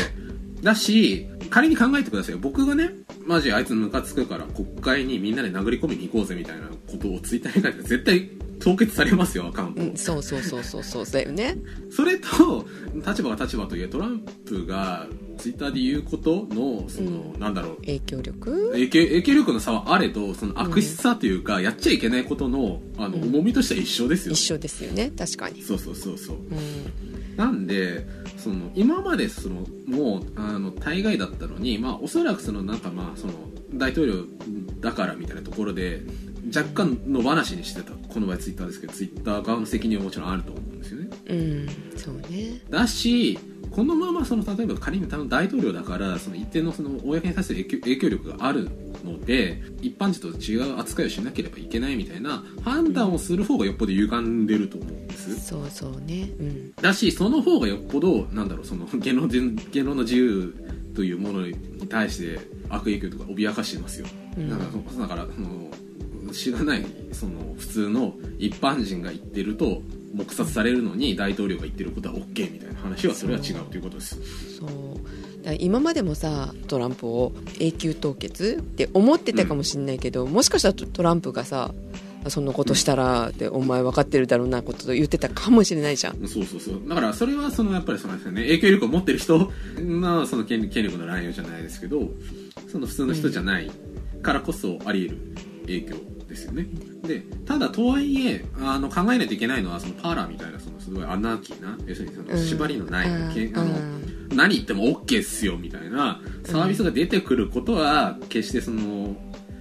だし仮に考えてくださいよ僕がねマジあいつムカつくから国会にみんなで殴り込みに行こうぜみたいなことをツイッターに書いたら絶対凍結されますよアカウント、うん、そうそうそうそうそうだよねそれと立場が立場といえトランプがツイッターで言うことのその、うなんだろう影響力影響影響力の差はあれとその悪質さというか、やっちゃいけないことのあのうん重みとしては一緒ですよ、一緒ですよね確かにそうそうそうそううんなんでその今までそのもうあの対外だったのに、まあ、おそらくそのなんかまあその大統領だからみたいなところで若干野放しにしてたこの場合ツイッターですけどツイッター側の責任はもちろんあると思うんですよねうんそうねだしこのままその例えば仮に大統領だからその一定のその公に対する影響影響力があるので一般人と違う扱いをしなければいけないみたいな判断をする方がよっぽど歪んでると思うんですそうそうねうんだしその方がよっぽどなんだろうその言論人言論の自由というものに対して悪影響とか脅かしてますよ、うんだからそだからその知らないその普通の一般人が言ってると黙殺されるのに大統領が言ってることは OK みたいな話はそれは違うということですそうだから今までもさトランプを永久凍結って思ってたかもしれないけど、もしかしたらトトランプがさそんなことしたらって、お前分かってるだろうなこと言ってたかもしれないじゃんそうそうそうだからそれはそのやっぱりそのですよね影響力を持ってる人のその権利権力の乱用じゃないですけどその普通の人じゃないからこそあり得る影響ですよねでただとはいえあの考えないといけないのはそのパーラーみたいなそのすごいアナーキーな要するにその縛りのない、あーけあのあー何言っても OK っすよみたいなサービスが出てくることは決してその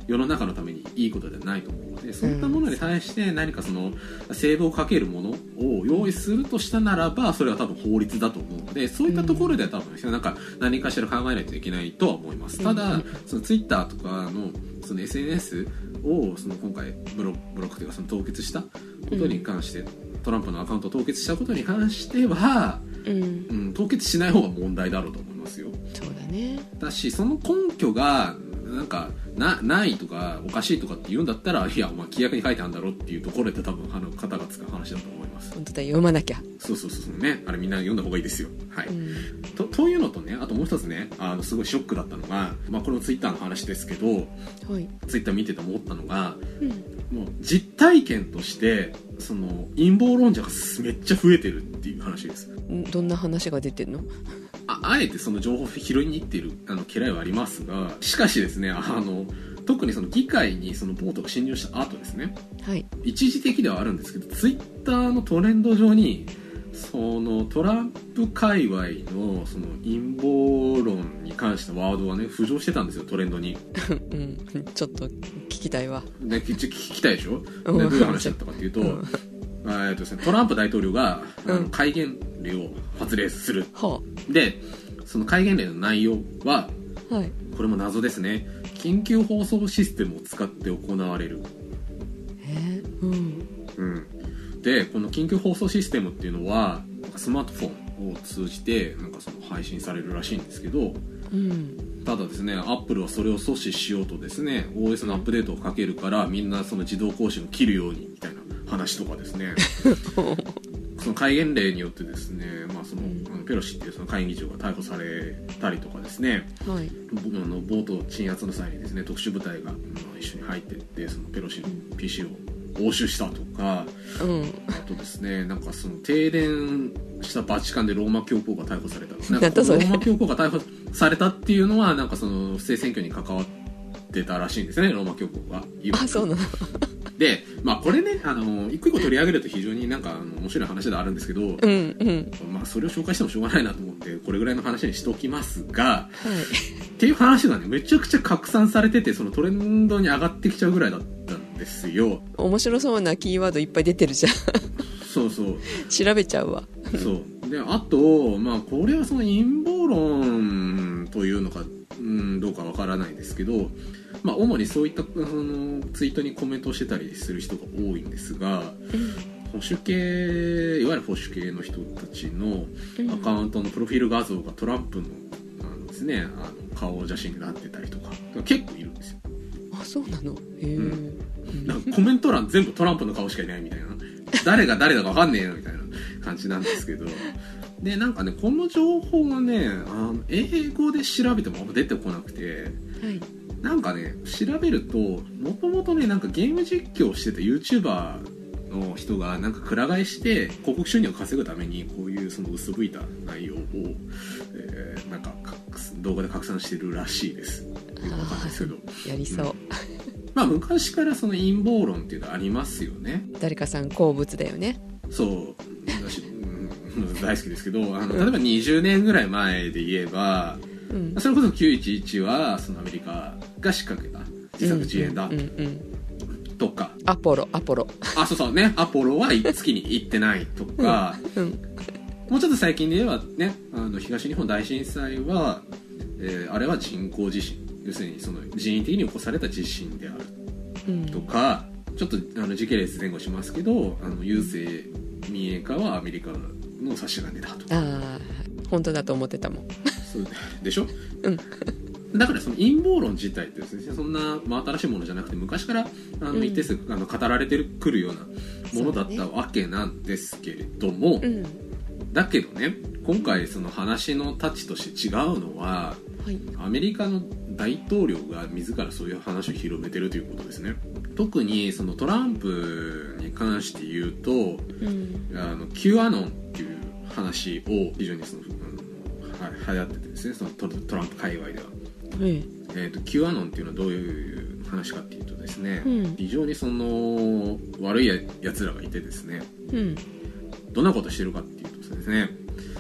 世の中のためにいいことではないと思うのでそういったものに対して何かそのセーブをかけるものを用意するとしたならばそれは多分法律だと思うのでそういったところでは多分なんか何かしら考えないといけないとは思います。ただそのツイッターとかのその SNS をその今回ブロブロックというかその凍結したことに関して、トランプのアカウントを凍結したことに関しては、うんうん、凍結しない方が問題だろうと思いますよそうだねだしその根拠がなんかなないとかおかしいとかって言うんだったらいやお前規約に書いてあるんだろっていうところで多分あの肩がつく話だと思います本当だ読まなきゃ、そうそうそうそうねあれみんな読んだ方がいいですよはい、うんとというのとねあともう一つねあのすごいショックだったのが、まあ、これもツイッターの話ですけどはいツイッター見てて思ったのがうんもう実体験としてその陰謀論者がめっちゃ増えてるっていう話ですんどんな話が出てんのああえてその情報を拾いに行っているあの嫌いはありますがしかしですねあの特にその議会にそのボートが侵入した後ですねはい一時的ではあるんですけどツイッターのトレンド上にそのトランプ界隈のその陰謀論に関したワードがね浮上してたんですよトレンドにうんちょっと聞きたいわね、きち聞きたいでしょでうどんういう話だったかっていうと,、うんえーっとですね、トランプ大統領が、あうんの戒厳令を発令するはでその戒厳令の内容はあはいこれも謎ですね緊急放送システムを使って行われる、えーうんうん、でこの緊急放送システムっていうのはなんかスマートフォンを通じてなんかその配信されるらしいんですけどうんただですねアップルはそれを阻止しようとですね OS のアップデートをかけるからみんなその自動更新を切るようにみたいな話とかです <laughs> ねその戒厳令によってですね、まあ、そのうんあのペロシっていうその会議長が逮捕されたりとかですねはいぼあのボート鎮圧の際にですね特殊部隊があの一緒に入ってってそのペロシの PC を押収したとかうんあとですねなんかその停電したバチカンでローマ教皇が逮捕され <laughs> たなんなんかだそロれーマ教皇が逮捕されたっていうのはなんかその不正選挙に関わってたらしいんですねローマ教皇があそうなのでまあこれねあの一個一個取り上げると非常になんかあの面白い話ではあるんですけど、うんうんまあ、それを紹介してもしょうがないなと思ってこれぐらいの話にしておきますがはいっていう話がねめちゃくちゃ拡散されててそのトレンドに上がってきちゃうぐらいだったんですよ面白そうなキーワードいっぱい出てるじゃん <laughs> そうそう調べちゃうわそうであとまあこれはその陰謀論というのか、うん、どうかわからないですけどまあ主にそういったそのツイートにコメントをしてたりする人が多いんですが保守系いわゆる保守系の人たちのアカウントのプロフィール画像がトランプのあのですねあの顔写真になってたりとか結構いるんですよあそうなのへえ、うなんかコメント欄全部トランプの顔しかいないみたいな誰が誰だか分かんねえよみたいな感じなんですけどでなんかねこの情報がねあの英語で調べてもあんま出てこなくてはいなんかね調べるともともとねなんかゲーム実況をしてた YouTuber の人がなんかくら替えして広告収入を稼ぐためにこういうその嘘吹いた内容を、えーなんか拡散動画で拡散してるらしいですよくわかんないですけどやりそう、まあ昔からその陰謀論っていうのはありますよね誰かさん好物だよねそう私うん大好きですけどあの例えば20年ぐらい前で言えばうんそれこそ911はそのアメリカが仕掛けた自作自演だうんうんうんとか、アポロアポロあそうそうねアポロは月に行ってないとか、うんもうちょっと最近で言えばねあの東日本大震災は、えーあれは人工地震要するにその人為的に起こされた地震であるうんとかちょっとあの時系列前後しますけどあの郵政民営化はアメリカの差し金だとかああ本当だと思ってたもんそうでしょ、うんだからその陰謀論自体ってですねそんな真新しいものじゃなくて昔からあうのん一定数、あの語られてくるようなものだったわけなんですけれども、うんだけどね今回その話のタッチとして違うのははいアメリカの大統領が自らそういう話を広めてるということですね特にそのトランプに関して言うとうんあの Q アノンっていう話を非常にその、うん、は流行っててですねそのトトランプ界隈では、ええー、と Q アノンっていうのはどういう話かっていうとですね、うん非常にその悪いややつらがいてですねえうんどんなことしてるかっていうとですね、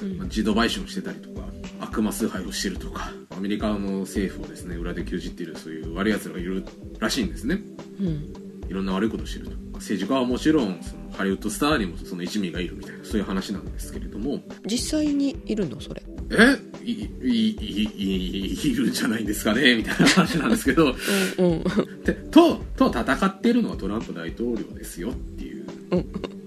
うんまあ自動買収をしてたりとか悪魔崇拝をしてるとかアメリカの政府をですね裏で牛耳っているそういう悪い奴らがいるらしいんですねうんいろんな悪いことをしてると政治家はもちろんそのハリウッドスターにもその一味がいるみたいなそういう話なんですけれども実際にいるのそれえいいいいいいるんじゃないんですかねみたいな話なんですけど <laughs> うんうんてとと戦ってるのはトランプ大統領ですよっていうう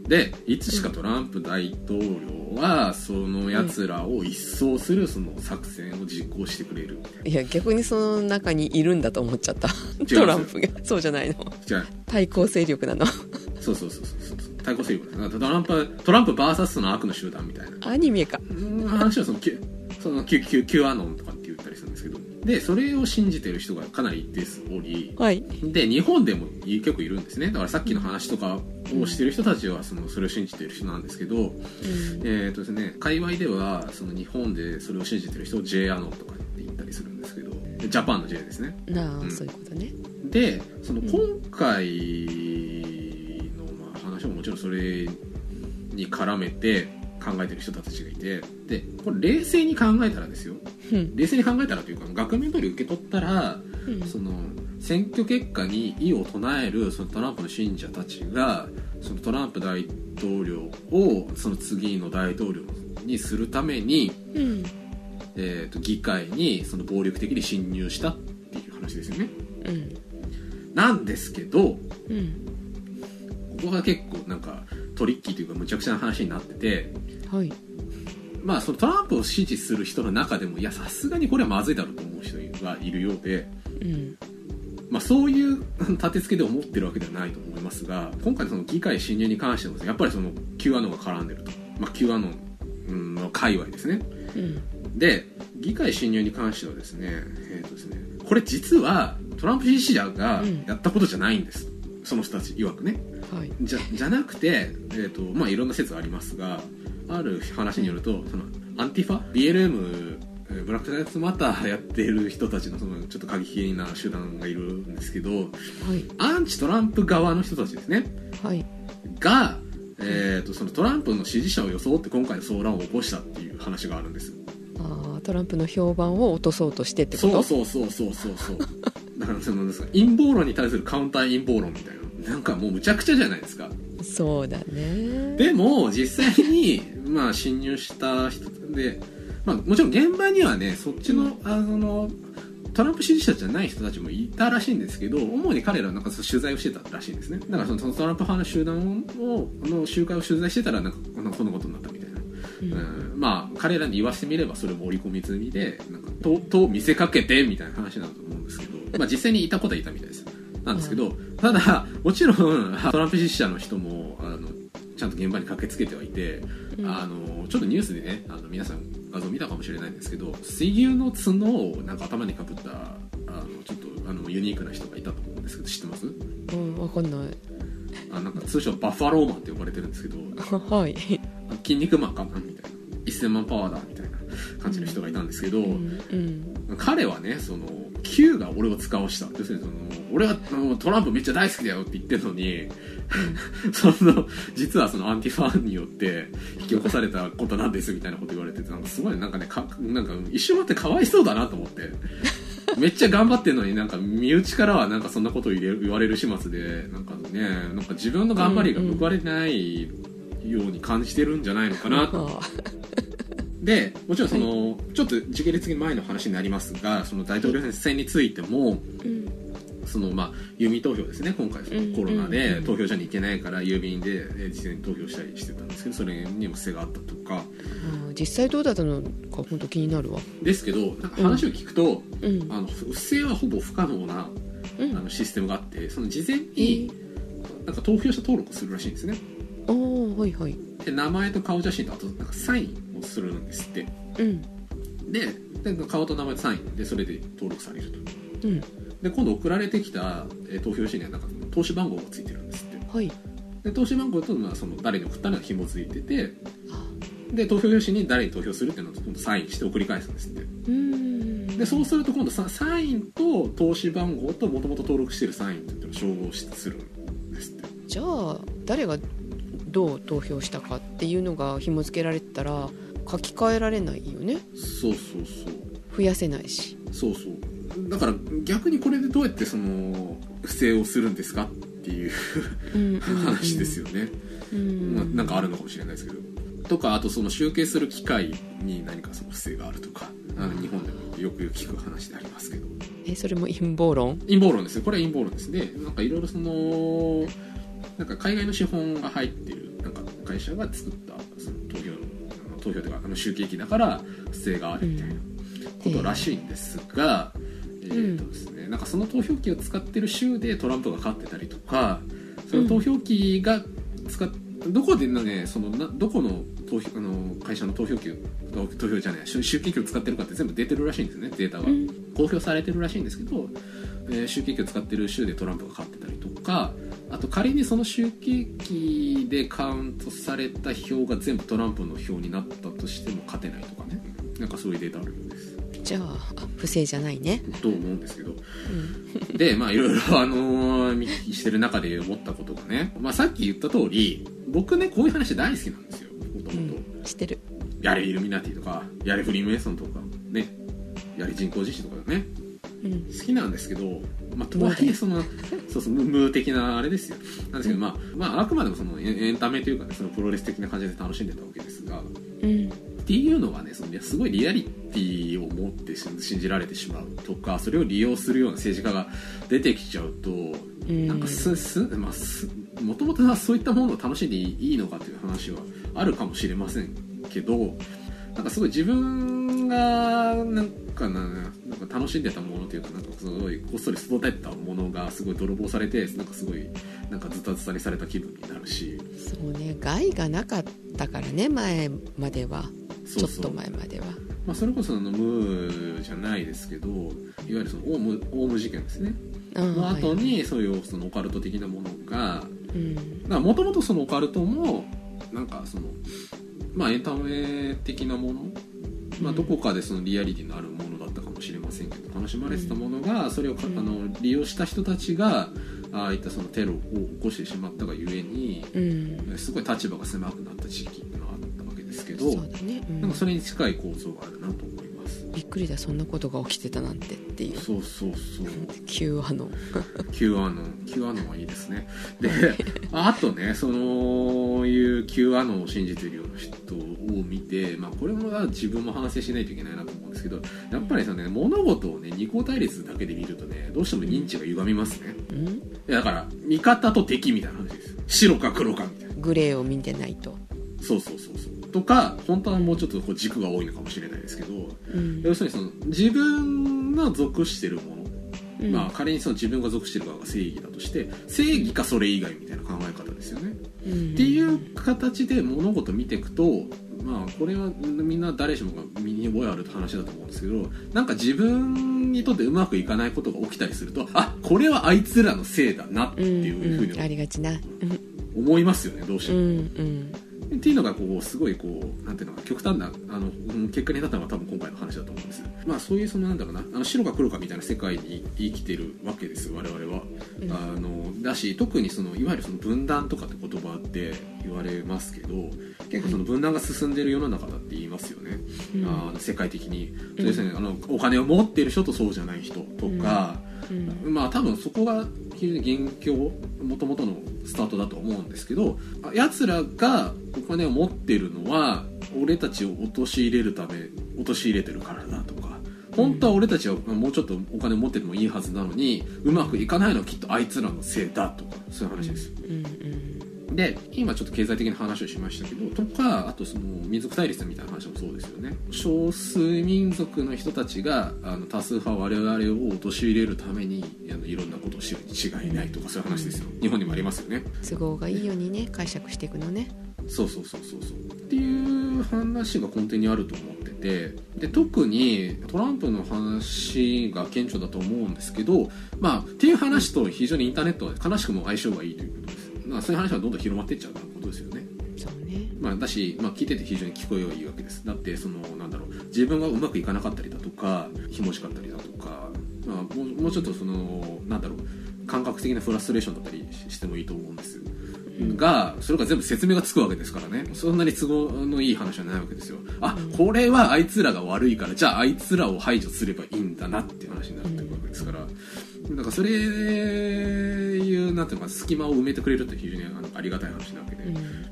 でいつしかトランプ大統領はそのやつらを一掃するその作戦を実行してくれるみたいないや逆にその中にいるんだと思っちゃったますトランプがそうじゃないのじゃあ対抗勢力なのそうそうそうそうそうそう対抗勢力だからトランプトランプ VS その悪の集団みたいなアニメか話はその Q その Q Q Q アノンとかって言ったりするんですけどでそれを信じてる人がかなり一定数おりはいで日本でも結構いるんですねだからさっきの話とかをしてる人たちはそのそれを信じてる人なんですけど、えーとですね、界隈ではその日本でそれを信じてる人を J アノンとかって言ったりするんですけどジャパンの J ですねなあ、うんそういうことねでそのうん今回のまあ話ももちろんそれに絡めて考えてる人たちがいてでこれ冷静に考えたらですようん冷静に考えたらというか額面通り受け取ったらうんその選挙結果に異を唱えるそのトランプの信者たちがそのトランプ大統領をその次の大統領にするために、うんえー、と議会にその暴力的に侵入したっていう話ですよね。うんなんですけどうんここが結構なんかトリッキーというかむちゃくちゃな話になってて、はいまあ、そのトランプを支持する人の中でもいやさすがにこれはまずいだろうと思う人がいるようで、うんまあ、そういう <laughs> 立て付けで思ってるわけではないと思いますが今回のその議会侵入に関してはですねやっぱりその Q アノンが絡んでると、まあ、Q アノンうんの界隈ですねうんで議会侵入に関してはですね,、えーとですねこれ実はトランプ支持者がやったことじゃないんです、その人たち曰くねはいじゃじゃなくて、えーとまあ、いろんな説がありますがある話によるとそのアンティファ BLM えーブラック・ライツ・マターやってる人たちのそのちょっと過激な集団がいるんですけどはいアンチ・トランプ側の人たちですねはいが、えー、とそのトランプの支持者を装って今回の騒乱を起こしたっていう話があるんですああトランプの評判を落とそうとしてってこそとうそうそうそうそうそうだからそのなんですか陰謀論に対するカウンター陰謀論みたいななんかもうむちゃくちゃじゃないですかそうだねでも実際に、 <laughs> まあ、侵入した人で、まあ、もちろん現場にはねそっちの,、あのトランプ支持者じゃない人たちもいたらしいんですけど主に彼らはなんかその取材をしてたらしいんですねだからそのそのトランプ派の集団をの集会を取材してたらなんかこんなこんなことになったみたいな、ううんんまあ彼らに言わせてみればそれも織り込み済みでなんかとと見せかけてみたいな話なんだと思うんですけど、まあ、実際にいたことはいたみたいですなんですけど、ただもちろんトランプ支持者の人もあのちゃんと現場に駆けつけてはいて、うんあのちょっとニュースでねあの皆さん画像見たかもしれないんですけど水牛の角をなんか頭にかぶったあのちょっとあのユニークな人がいたと思うんですけど知ってますうんわかんないあなんか通称バッファローマンって呼ばれてるんですけどはいあの筋肉マンかなみたいな1000万パワーだみたいな感じの人がいたんですけど、うんうん彼はねその Q が俺を使わした要するにその俺はあのトランプめっちゃ大好きだよって言ってるのに <laughs> その実はそのアンティファンによって引き起こされたことなんですみたいなこと言われててなんかすごいなんかねかなんか一瞬待ってかわいそうだなと思って。めっちゃ頑張ってるのになんか身内からはなんかそんなことを言え言われる始末でなんかねなんか自分の頑張りが報われないように感じてるんじゃないのかなとあでもちろんその、ちょっと時系列的に前の話になりますがその大統領選についてもうんそのまあ郵便投票ですね今回そのコロうんナうんでうん投票所に行けないから郵便でえー事前に投票したりしてたんですけどそれにも不正があったとかあー実際どうだったのか本当気になるわですけどなんか話を聞くと、うんあの不正はほぼ不可能なうあんのシステムがあってその事前えになんか投票者登録をするらしいんですねああはいはいで名前と顔写真とあとなんかサインをするんですってうんでで顔と名前とサインでそれで登録されるとうんで今度送られてきた、えー投票紙にはなんか投資番号がついてるんですってはいで投資番号と、まあ、その誰に送ったのが紐付いててあで投票用紙に誰に投票するっていうのを今度サインして送り返すんですっうてんでそうすると今度さサインと投資番号ともともと登録してるサインっていうのを照合しするんですってじゃあ誰がどう投票したかっていうのが紐付けられてたら書き換えられないよねそうそうそう増やせないしそうそうだから逆にこれでどうやってその不正をするんですかっていう <laughs> うんうんうん話ですよね、うんまあなんかあるのかもしれないですけどとかあとその集計する機械に何かその不正があるとかあの日本でもよく聞く話でありますけどえそれも陰謀論陰謀論ですよこれは陰謀論ですねなんかいろいろそのなんか海外の資本が入ってるなんか会社が作ったその投票のあの投票というかあの集計機だから不正があるみたいなことらしいんですが、えーとですねなんかその投票機を使ってる州でトランプが勝ってたりとかその投票機が使っどこでねそのなどこの投票あの会社の投票機を投票じゃない集集計機を使ってるかって全部出てるらしいんですねデータが、うん公表されてるらしいんですけど、えー集計機を使ってる州でトランプが勝ってたりとかあと仮にその集計機でカウントされた票が全部トランプの票になったとしても勝てないとかねなんかそういうデータあるようですじゃああ不正じゃないね、と思うんですけどうんでまあいろいろあのー見聞きしてる中で思ったことがね、まあ、さっき言った通り僕ねこういう話大好きなんですよもともとうん、してるやれイルミナティとかやれフリーメイソンとかねやれ人工知識とかねうん好きなんですけど、まあ、とはいえそのそうそう無無的なあれですよなんですけど、まあ、まああくまでもそのエンエンタメというかねそのプロレス的な感じで楽しんでたわけですがうんっていうのはねそのすごいリアリティを持って信信じられてしまうとかそれを利用するような政治家が出てきちゃうとうんなんかすす、まあ、すもともとはそういったものを楽しんでいいのかという話はあるかもしれませんけどなんかすごい自分がなんかななんか楽しんでたものというかなんかすごいこっそり育てたものがすごい泥棒されてなんかすごいなんかズタズタにされた気分になるしそうね害がなかったからね前まではそうそうちょっと前まではまあ、それこそあのムーじゃないですけどいわゆるそのオウムオウム事件ですねうんの後はいにそういうそのオカルト的なものがうんもともとそのオカルトもなんかそのまあエンタメ的なもの、まあ、どこかでそのリアリティのあるものだったかもしれませんけど楽しまれてたものがそれをかあうんの利用した人たちがああいったそのテロを起こしてしまったがゆえにうんすごい立場が狭くなった時期っていうのがあったわけですけそどうだね、うんなんかそれに近い構造があるなと思います。びっくりだそんなことが起きてたなんてっていうそうそうそう急話の Q アノン Q アノンはいいですねで <laughs> あとねそのいう Q アノンを信じてるような人を見て、まあ、これも自分も反省しないといけないなと思うんですけどやっぱりその、ね、物事をね二項対立だけで見るとねどうしても認知が歪みますねうんいやだから味方と敵みたいな話です白か黒かみたいなグレーを見てないと、そうそうそうそうとか本当はもうちょっとこう軸が多いのかもしれないですけどうん要するにその自分の属してるものうんまあ、仮にその自分が属してる側が正義だとして正義かそれ以外みたいな考え方ですよね。うんっていう形で物事見ていくと、まあ、これはみんな誰しもが身に覚えある話だと思うんですけどなんか自分にとってうまくいかないことが起きたりするとあこれはあいつらのせいだなっていうふんんあうにりがちなうん思いますよねどうしてうも。んっていうのがこうすごいこうなんていうのか極端なあのうん結果になったのが多分今回の話だと思うんですまあそういうそのなんだろうなあの白か黒かみたいな世界に生きてるわけですよ我々は、うんあのだし特にそのいわゆるその分断とかって言葉って言われますけど結構その分断が進んでる世の中だって言いますよね、うんあの世界的にそうですね、あのお金を持ってる人とそうじゃない人とか、うんまあ多分そこが非常に元凶もともとのスタートだと思うんですけどやつらがお金を持ってるのは俺たちを陥れるため陥れてるからだとか本当は俺たちはもうちょっとお金持っててもいいはずなのにうまくいかないのはきっとあいつらのせいだとかそういう話です。うんうんで今ちょっと経済的な話をしましたけどとかあとその民族対立みたいな話もそうですよね少数民族の人たちがあの多数派我々を陥れるためにあのいろんなことをしてるに違いないとかそういう話ですよ日本にもありますよね都合がいいようにね解釈していくのねそうそうそうそうそうっていう話が根底にあると思っててで特にトランプの話が顕著だと思うんですけどまあっていう話と非常にインターネットは悲しくも相性がいいということですまあそういう話はどんどん広まっていっちゃうということですよねそうねまあ、だし、まあ、聞いてて非常に聞こえがいいわけですだってそのなんだろう自分がうまくいかなかったりだとかひもじかったりだとか、まあ、もうもうちょっとそのなんだろう感覚的なフラストレーションだったりししてもいいと思うんですがそれが全部説明がつくわけですからねそんなに都合のいい話はないわけですよあこれはあいつらが悪いからじゃああいつらを排除すればいいんだなっていう話になってくるわけですからなんかそれいうなんていうのか隙間を埋めてくれるって非常にあのありがたい話なわけで、うんうん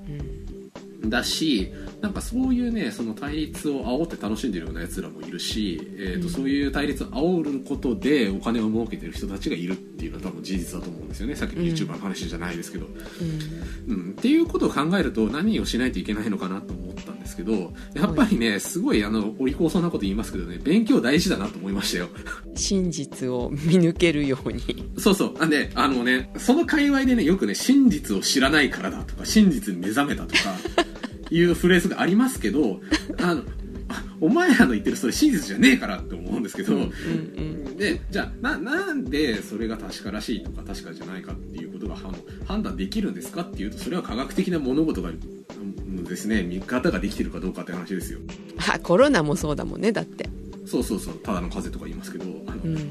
だしなんかそういうねその対立を煽って楽しんでるようなやつらもいるし、えーとうんそういう対立を煽ることでお金を儲けてる人たちがいるっていうのは多分事実だと思うんですよねさっきのうん YouTuber の話じゃないですけど、うん、っていうことを考えると何をしないといけないのかなと思ったんですけどやっぱりねすごいあのお利口そうなこと言いますけどね勉強大事だなと思いましたようん真実を見抜けるようにそうそうなんであのねその界隈でねよくね真実を知らないからだとか真実に目覚めたと <laughs> かいうフレーズがありますけどあのあお前らの言ってるそれ真実じゃねえからって思うんですけど、うんうんでじゃあななんでそれが確からしいとか確かじゃないかっていうことがあの判断できるんですかっていうとそれは科学的な物事がうんですね見方ができてるかどうかって話ですよあコロナもそうだもんねだって、そうそうそうただの風邪とか言いますけどあの、うんうん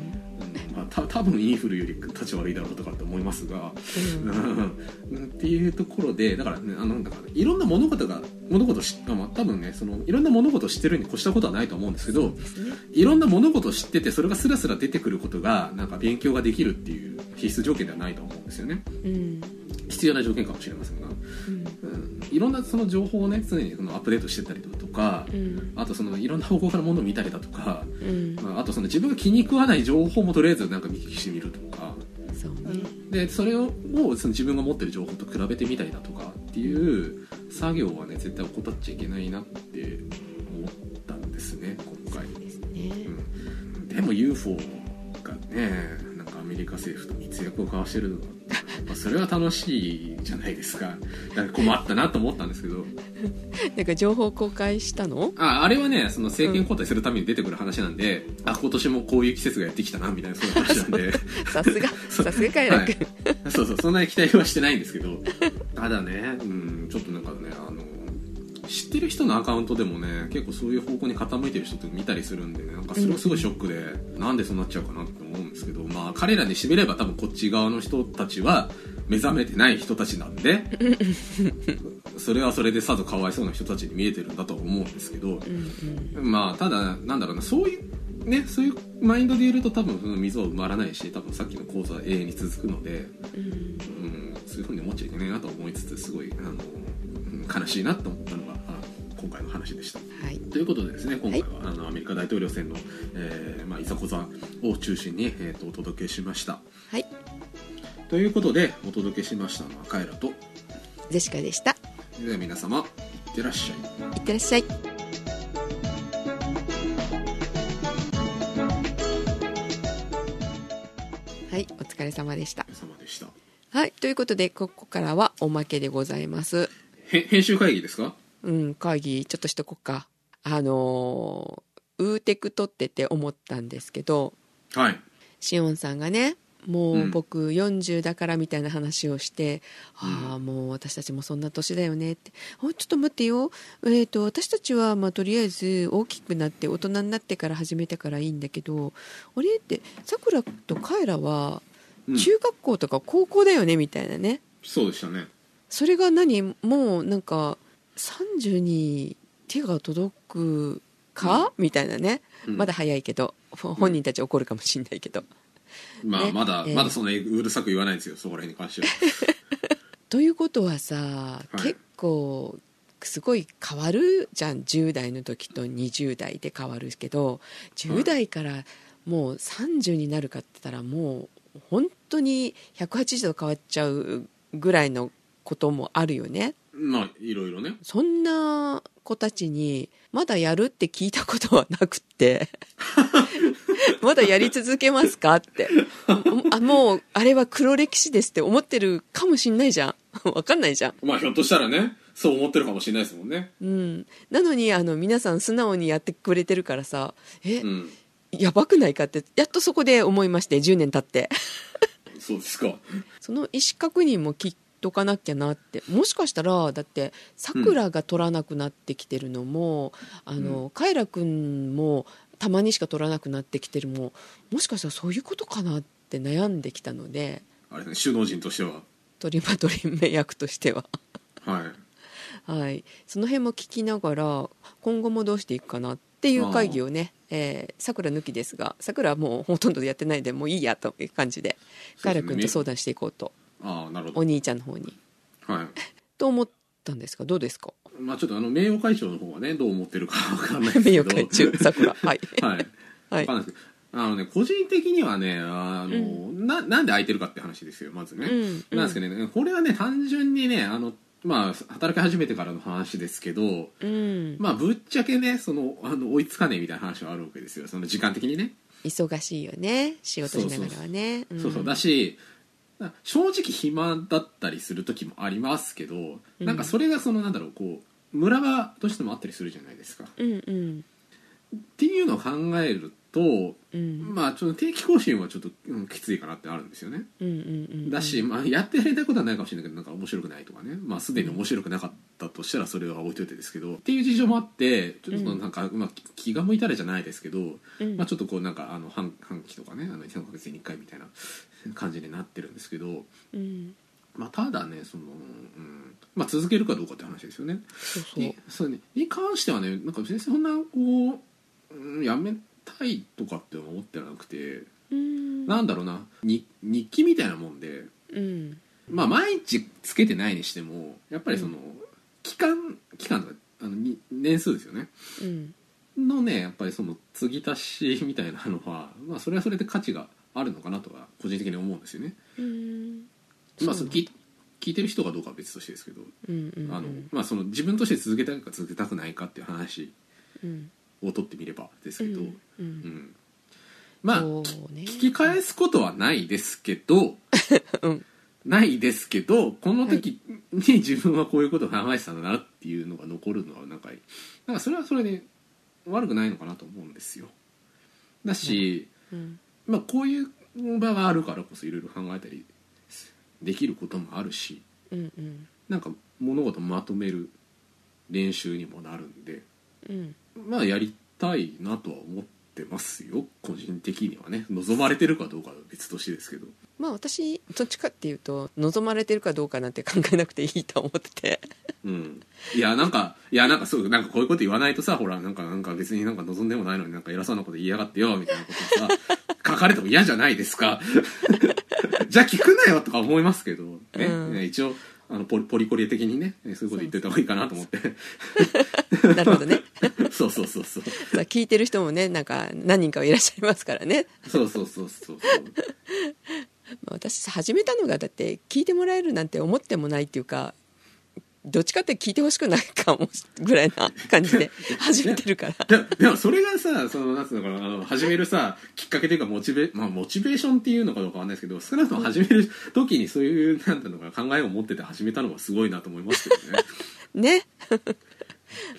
まあ、た多分インフルより立ち悪いだろうとかって思いますが、うんっていうところでだからねあのなんかいろんな物事が物事を知っ、まあ、多分ねそのいろんな物事を知ってるに越したことはないと思うんですけどですねいろんな物事を知っててそれがスラスラ出てくることがなんか勉強ができるっていう必須条件ではないと思うんですよねうん必要な条件かもしれませんが、うんうん、いろんなその情報をね常にそのアップデートしてたりだとかうんあとそのいろんな方向から物を見たりだとか、うんまあ、あとその自分が気に食わない情報もとりあえずなんか見聞きしてみるとかそうねでそれををその自分が持ってる情報と比べてみたりだとかっていう作業はね絶対怠っちゃいけないなって思ったんですね今回。ですねうんでも UFO がねなんかアメリカ政府と密約を交わしてるのは、まあそれは楽しいじゃないですかだから困ったなと思ったんですけどなんか情報公開したのああれはねその政権交代するために出てくる話なんで、あ今年もこういう季節がやってきたなみたいなそういう話なんでさすが <laughs> そうさすがカイラ君、はい、そうそうそんなに期待はしてないんですけどただね、うん、ちょっとなんかねあの知ってる人のアカウントでもね結構そういう方向に傾いてる人って見たりするんでねなんかそれはすごいショックで、なんでそうなっちゃうかなって思うんですけどまあ彼らにしてみれば多分こっち側の人たちは目覚めてない人たちな <laughs> んでそれはそれでさぞかわいそうな人たちに見えてるんだとは思うんですけど、うんまあただなんだろうなそういうねそういうマインドでいると多分その溝は埋まらないし多分さっきの講座は永遠に続くので、うんうんうん、そういうふうに思っちゃいけないなと思いつつすごいあの、うん悲しいなと思ったのがあ今回の話でした。はいということでですね今回は、あのアメリカ大統領選の、えーまあ、いざこざを中心に、えー、とお届けしました。はいということでお届けしましたのはカエラとジェシカでしたそれでは皆様いってらっしゃい。いってらっしゃいはいお疲れ様でしたお疲れ様でした。はいということでここからはおまけでございますへ編集会議ですかうん、会議ちょっとしとこっか。あのーウーテク撮ってて思ったんですけど、はい。しおんさんがね、もううん僕40だからみたいな話をして、うんああ、もう私たちもそんな年だよねって、おちょっと待ってよ。えっ、と、私たちはまあとりあえず大きくなって大人になってから始めたからいいんだけど、あれって、さくらとカエラはうん中学校とか高校だよねみたいなね。そうでしたね。それが何もうなんか30に手が届くか、みたいなね、うんまだ早いけどほ本人たち怒るかもしれないけど。まあ、ねまだ、えーまだそんなにうるさく言わないんですよ、そこら辺に関しては。 <laughs> ということはさ、い結構すごい変わるじゃん10代の時と20代で変わるけど10代からもう30になるかって言ったらもう本当に180度変わっちゃうぐらいのこともあるよね。まあ、いろいろね。そんな子たちに、まだやるって聞いたことはなくって、まだやり続けますかって。あもう、あれは黒歴史ですって思ってるかもしんないじゃん。わかんないじゃん。まあ、ひょっとしたらね、そう思ってるかもしれないですもんね。うん。なのに、あの、皆さん素直にやってくれてるからさ、えう、ん。やばくないかって、やっとそこで思いまして、10年経って。そうですか。その意思確認もきっとかなきゃなってもしかしたらだってさくらが取らなくなってきてるのも、あのカエラくんもたまにしか取らなくなってきてるももしかしたらそういうことかなって悩んできたのであれですね、首脳陣としては。トリマトリンメ役としては。はいはい、その辺も聞きながら今後もどうしていくかなっていう会議をねえーさくら抜きですがさくらはもうほとんどやってないんでもういいやという感じでそガうですねラ君と相談していこうとああなるおほ兄ちゃんの方にどはいと思ったんですがどうですかまあちょっとあの名誉会長の方はねどう思ってるかわかんないですけ名ど誉会 <laughs> 中さくらはい、はい <laughs> はわいかんないですけどあのね個人的にはねあの、ななんで空いてるかって話ですよまずね、うんうんなんですけどねこれはね単純にねあのまあ働き始めてからの話ですけどうん、まあぶっちゃけねそのあの追いつかねえみたいな話はあるわけですよその時間的にね、忙しいよね仕事しながらはねそうそうだしな正直暇だったりする時もありますけど、うんなんかそれがそのなんだろうこうムラがどうしてもあったりするじゃないですかっうんうんていうのを考えるとうんまあちょっと定期更新はちょっと、うんきついかなってあるんですよねうんうんうんだし、まあ、やってやりたいことはないかもしれないけどなんか面白くないとかね、まあ、すでに面白くなかったとしたらそれは置いといてですけどっていう事情もあってちょっとそのうんなんか、まあ、き気が向いたらじゃないですけど、うんまあ、ちょっとこうなんかあの半半期とかねあの3ヶ月に1回みたいな <laughs> 感じになってるんですけど、うんまあ、ただねその、うんまあ、続けるかどうかって話ですよね。そうそうにそうね、に関してはねなんか別にそんなこう、うん、やめたいとかって思ってなくて、うんなんだろうなに日記みたいなもんで。うんまあ、毎日つけてないにしてもやっぱりその、期間期間とかあのに年数ですよねうんのねやっぱりその継ぎ足しみたいなのは、 <laughs> まあ、それはそれで価値があるのかなとは個人的に思うんですよね。うんまあ、そそうのなんだ聞い聞いてる人かどうかは別としてですけど、うんうんうんあのまあ、その自分として続けたいか続けたくないかっていう話うんを取ってみればですけど、うんううんんまあそうね聞き返すことはないですけど、 <laughs> うんないですけどこの時に自分はこういうことを考えてたんだなっていうのが残るのはなんかなんかそれはそれで悪くないのかなと思うんですよ。だし、うんまあ、こういう場があるからこそいろいろ考えたりできることもあるしうんうんなんか物事をまとめる練習にもなるんでうんまあやりたいなとは思ってますよ個人的にはね望まれてるかどうかは別としてですけど。まあ私どっちかっていうと望まれてるかどうかなんて考えなくていいと思って <laughs> てうん、いやなんかいやなんかそうなんかこういうこと言わないとさほらなんかなんか別になんか望んでもないのになんか偉そうなこと言いやがってよみたいなことさ <laughs> 書かれても嫌じゃないですか <laughs> じゃあ聞くなよとか思いますけど、ねうんね一応あのポリポリコリ的にねそういうこと言ってた方がいいかなと <laughs> 思ってなるほどねそうそうそうそうまあ聞いてる人もねなんか何人かはいらっしゃいますからね、そうそうそうそうまあ、私始めたのがだって聞いてもらえるなんて思ってもないっていうかどっちかって聞いてほしくないかもしぐらいな感 <laughs> じで始めてるからでもでもそれがさそのなんつうのかなあの始めるさきっかけというかモチベ,、まあ、モチベーションっていうのかどうかわかんないですけど少なくとも始める時にそういうなんていうのかな考えを持ってて始めたのがすごいなと思いますけ <laughs> どね。ね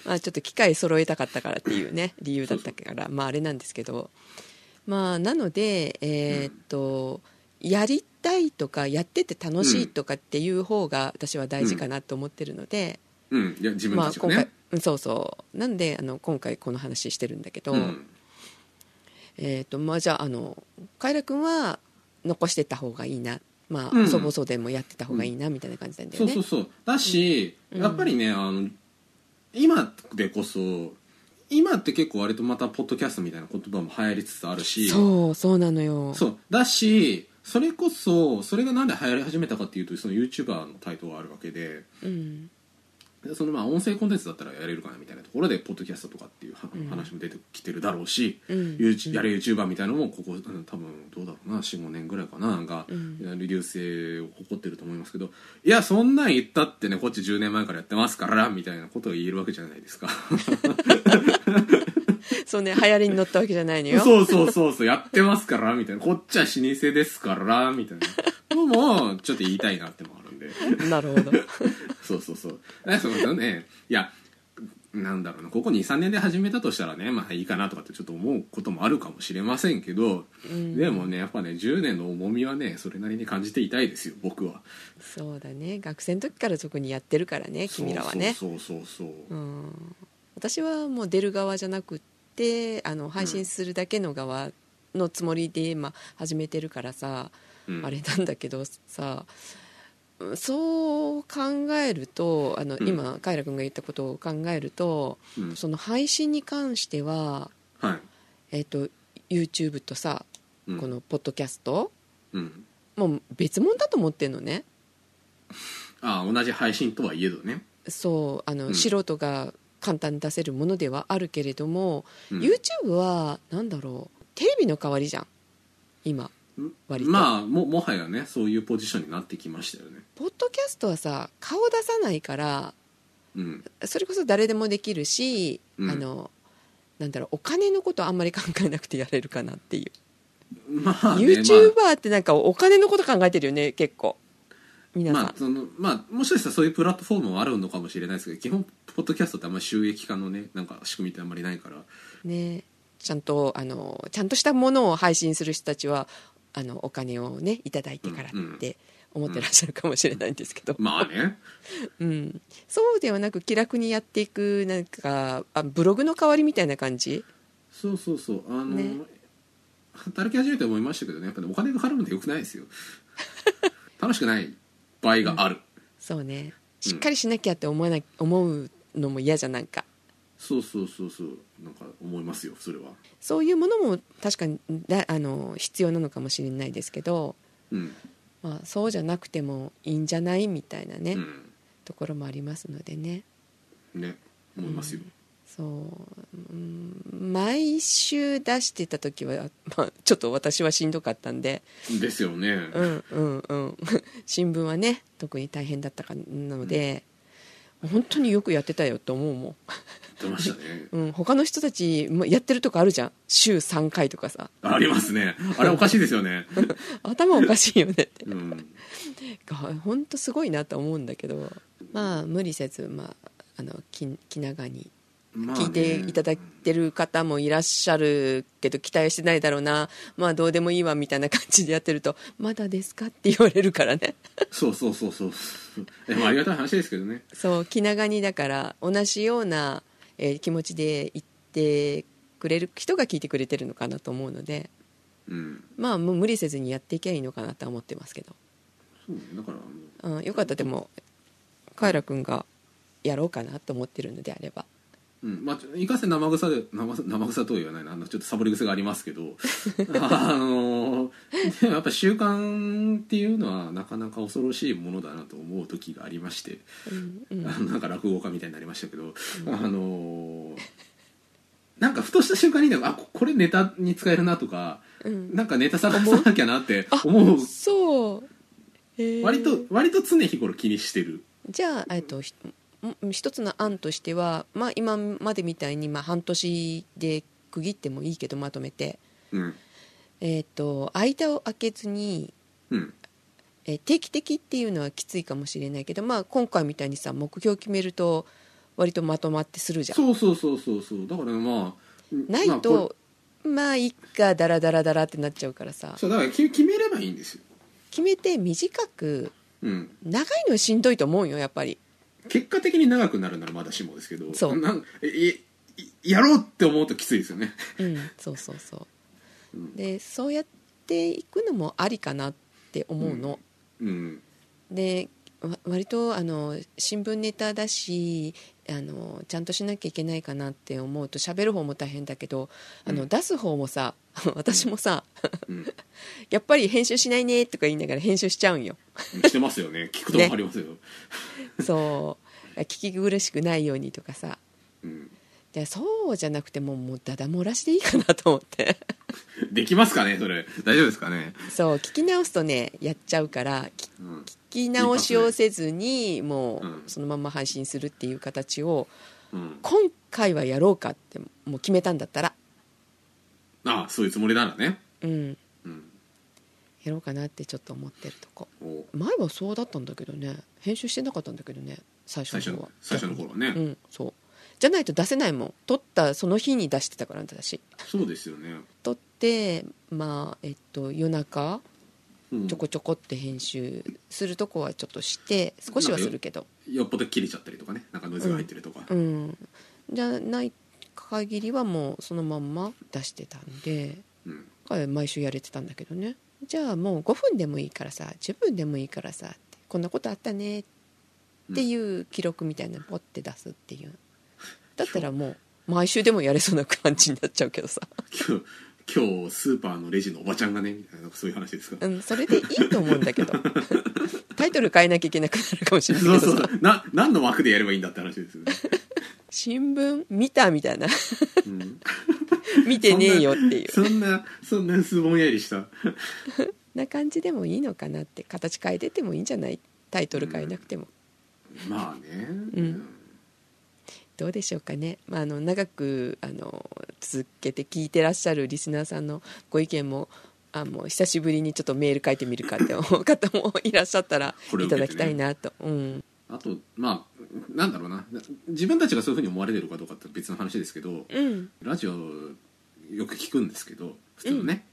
まあちょっと機械揃えたかったからっていうね理由だったからまああれなんですけどまあなのでえーっと、やりたいとかやってて楽しいとかっていう方が私は大事かなと思ってるので、うん、いや自分まあたちが今ね、回うんそうそうなんであの今回この話してるんだけど、うん、えーっとまあじゃああのカイラ君は残してた方がいいなまあ、うんそぼそでもやってた方がいいなみたいな感じなんだよそうね。そうそうだし、うんやっぱりねあの今でこそ今って結構割とまたポッドキャストみたいな言葉も流行りつつあるしそうそうなのよ。そうだしそれこそそれがなんで流行り始めたかっていうとその YouTuber の台頭があるわけでうんそのまあ音声コンテンツだったらやれるかなみたいなところでポッドキャストとかっていうはうん話も出てきてるだろうし、うんユーチュやれ YouTuber みたいなのもここあの多分どうだろうな45年ぐらいかななんかうん流星を誇ってると思いますけどいやそんなん言ったってねこっち10年前からやってますからみたいなことを言えるわけじゃないですかそうね流行りに乗ったわけじゃないのよ。 <laughs> そうそうそうそうやってますからみたいなこっちは老舗ですからみたいなのもちょっと言いたいなってのもあるんでなるほど。 <laughs> そうそうそうだからそのねいやなんだろうなここ23年で始めたとしたらねまあいいかなとかってちょっと思うこともあるかもしれませんけど、うんでもねやっぱね10年の重みはねそれなりに感じていたいですよ僕はそうだね。学生の時から特にやってるからね、君らはね。そうそうそうそう、うん。私はもう出る側じゃなくって、あの配信するだけの側のつもりでまあ始めてるからさ、うんあれなんだけどさ、うんそう考えるとあの、うん今カイラ君が言ったことを考えるとうんその配信に関しては、はいえっと YouTube とさうんこのポッドキャスト、うんもう別物だと思ってんのねああ同じ配信とはいえどね、そうあの、うん素人が簡単に出せるものではあるけれども、うん YouTube はなんだろうテレビの代わりじゃん今割とまあももはやねそういうポジションになってきましたよねポッドキャストはさ顔出さないからうんそれこそ誰でもできるし、うんあのなんだろうお金のことあんまり考えなくてやれるかなっていう、まあ、ね、 YouTuber ってなんかお金のこと考えてるよね結構皆さん、まあ、そのまあもしかしたらそういうプラットフォームもあるのかもしれないですけど基本ポッドキャストってあんまり収益化のねなんか仕組みってあんまりないからねちゃんとあのちゃんとしたものを配信する人たちはあのお金をねいただいてからって思ってらっしゃるかもしれないんですけど、まあねうん、そうではなく気楽にやっていくなんかあブログの代わりみたいな感じそうそうそうあの、ね働き始めて思いましたけどねやっぱりお金が払うのよくないですよ楽しくない場合がある、そうねしっかりしなきゃって思わな思うのも嫌じゃんなんかそうそうそうそうなんか思いますよそれはそういうものも確かにだあの必要なのかもしれないですけど、うん、まあ、そうじゃなくてもいいんじゃないみたいなね、うん、ところもありますのでねね思いますよ、そう、うん、毎週出してた時は、まあ、ちょっと私はしんどかったんでですよね、うんうんうん <laughs> 新聞はね特に大変だったかなので、本当によくやってたよと思うもん、出ましたねうん、他の人たちもやってるとこあるじゃん週3回とかさありますねあれおかしいですよね、頭おかしいよねって <laughs> うん、が本当すごいなと思うんだけどまあ無理せず、まあ、あの気気長にまあね聞いていただいてる方もいらっしゃるけど期待してないだろうなまあどうでもいいわみたいな感じでやってると「まだですか?」って言われるからねそうそうそうそうでもありがたい話ですけどねそう気長にだから同じような、えー気持ちで言ってくれる人が聞いてくれてるのかなと思うのでうんまあもう無理せずにやっていけばいいのかなとは思ってますけど、そうねだからあのうん、よかったでもカイラ君がやろうかなと思ってるのであれば。うんまあ、いかんせん生臭で生生臭とは言わないなあのちょっとサボり癖があります <laughs> けどあのでもやっぱ習慣っていうのはなかなか恐ろしいものだなと思う時がありまして、うんうんあのなんか落語家みたいになりましたけど、あのなんかふとした瞬間にでもあここれネタに使えるなとか <laughs> うんなんかネタ探さなきゃなって思うそう、えー割と割と常日頃気にしてるじゃあえっとひん一つの案としては、まあ、今までみたいに、まあ、半年で区切ってもいいけどまとめて、うんえっと間を空けずに、うんえー定期的っていうのはきついかもしれないけど、まあ、今回みたいにさ目標を決めると割とまとまってするじゃん。そうそうそうそうそうだからまあなまあい、ことまあいっかダラダラダラってなっちゃうからされそうだからき決めればいいんですよ決めて短くうん長いのはしんどいと思うよやっぱり結果的に長くなるならまだしもですけどそうなんえいいやろうって思うときついですよねうん、そうそうそう、うんでそうやっていくのもありかなって思うの、うんでわ割とあの新聞ネタだしあのちゃんとしなきゃいけないかなって思うと喋る方も大変だけどあの、うん出す方もさ <laughs> 私もさうんやっぱり編集しないねとか言いながら <laughs> 編集しちゃうんよしてますよ <laughs> ね聞くと分かりますよ、そう聞き苦しくないようにとかさうん、でそうじゃなくてもうもうダダ漏らしでいいかなと思っ <laughs> て。できますかねそれ大丈夫ですかね、そう聞き直すとねやっちゃうからきうん、聞き直しをせずにもうんうそのまま配信するっていう形をうん、今回はやろうかってもう決めたんだったら、ああそういうつもりならね、うん、うん、やろうかなってちょっと思ってるとこお前はそうだったんだけどね編集してなかったんだけどね最初最初の方はの最初の頃はね、うんそうじゃないと出せないもん撮ったその日に出してたから私そうですよね、撮ってまあえっと夜中うんちょこちょこって編集するとこはちょっとして少しはするけどよっぽど切れちゃったりとかねなんかノイズが入ってるとか、うん、じゃない限りはもうそのまんま出してたんでうん彼毎週やれてたんだけどねじゃあもう5分でもいいからさ10分でもいいからさってこんなことあったねっていう記録みたいなのポッて出すっていうだったらもう毎週でもやれそうな感じになっちゃうけどさ、今日今日スーパーのレジのおばちゃんがねみたいななんかそういう話ですか、うん、それでいいと思うんだけど <laughs> タイトル変えなきゃいけなくなるかもしれなそいうけどそさうな何の枠でやればいいんだって話ですよね、新聞見たみたいなうん、見てねえよっていうそんなそんな薄ぼんやりしたな感じでもいいのかなって形変えててもいいんじゃないタイトル変えなくても、まあね、うんどうでしょうかね、まあ、あの長くあの続けて聞いてらっしゃるリスナーさんのご意見もあもう久しぶりにちょっとメール書いてみるかって思う方もいらっしゃったらこれい受ただけてねきたいなと、うん、あとまあなんだろうなな自分たちがそういうふうに思われてるかどうかって別の話ですけどうんラジオよく聞くんですけど普通のね、うん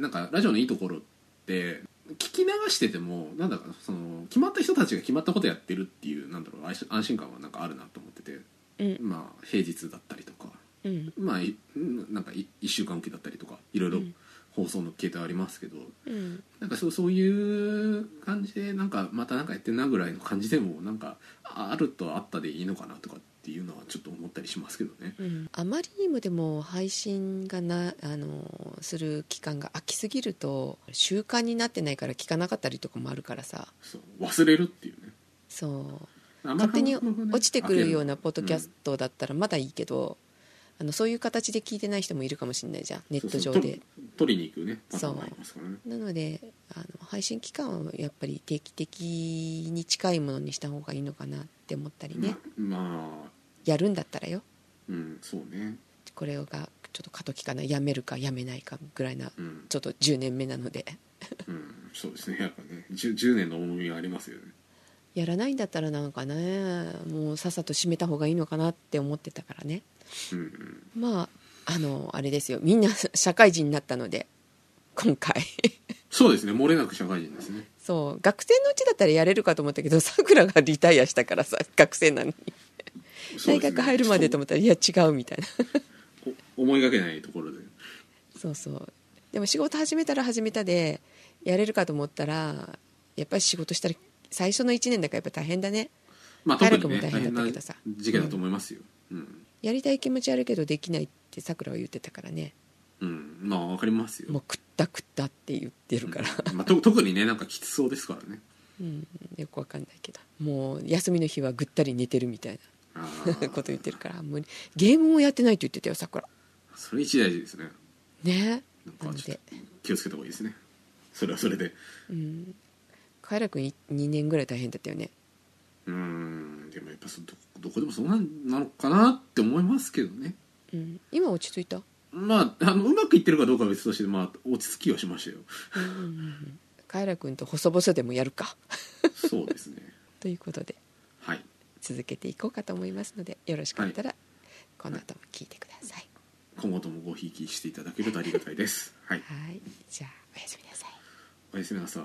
なんかラジオのいいところって聞き流しててもなんだかその決まった人たちが決まったことやってるっていうなんだろう安安心感はなんかあるなと思っててうんまあ平日だったりとかうんまあいなんか1週間おきだったりとかいろいろうん放送の形態ありますけど、うんなんかそうそういう感じでなんかまたなんかやってんなぐらいの感じでもなんかああるとあったでいいのかなとかっていうのはちょっと思ったりしますけどね。うんあまりにもでも配信がなあのする期間が空きすぎると習慣になってないから聞かなかったりとかもあるからさそう忘れるっていうね。そうあんまり勝手に感覚ね落ちてくるようなポッドキャストだったらまだいいけど、あのそういう形で聞いてない人もいるかもしれないじゃんネット上そうそうでと取りに行くねパターンもありますからね。なのであの配信期間はやっぱり定期的に近いものにした方がいいのかなって思ったりね、ままあやるんだったらようんそうね。これがちょっと過渡期かなやめるかやめないかぐらいなうんちょっと10年目なのでうんそうですねやっぱね 10, 10年の重みがありますよね。やらないんだったらなんかねもうさっさと締めた方がいいのかなって思ってたからねうんうんまああのあれですよみんな社会人になったので今回 <laughs> そうですね漏れなく社会人ですね。そう学生のうちだったらやれるかと思ったけどさくらがリタイアしたからさ学生なのに、そう大ですね学入るまでと思ったらいや違うみたいなお思いがけないところで。そうそうでも仕事始めたら始めたでやれるかと思ったらやっぱり仕事したら最初の1年だからやっぱ大変だねまあ特体に力もね大大変変だっなたけどさ時期だと思いますよ。うん、やりたい気持ちあるけどできないってさくらは言ってたからねうん、まあわかりますよ。もう食った食ったって言ってるから、うんまあ、と特にねなんかきつそうですからねうん、よくわかんないけどもう休みの日はぐったり寝てるみたいあなー <laughs> こと言ってるから無理ゲームもやってないと言ってたよさくらそれ一大事ですねねなんなかのちょっでと気をつけた方がいいですねそれはそれでうんカエラ君2年ぐらい大変だったよねうーんでもやっぱそどどこでもそうなんなのかなって思いますけどねうん今落ち着いた、まああのうまくいってるかどうかは別として、まあ、落ち着きはしましたようんうんうん、カエラ君と細々でもやるか <laughs> そうですねということではい続けていこうかと思いますのでよろしかったら、この後も聞いてください今後ともごひいきしていただけるとありがたいですはいはいじゃあおやすみなさいおやすみなさい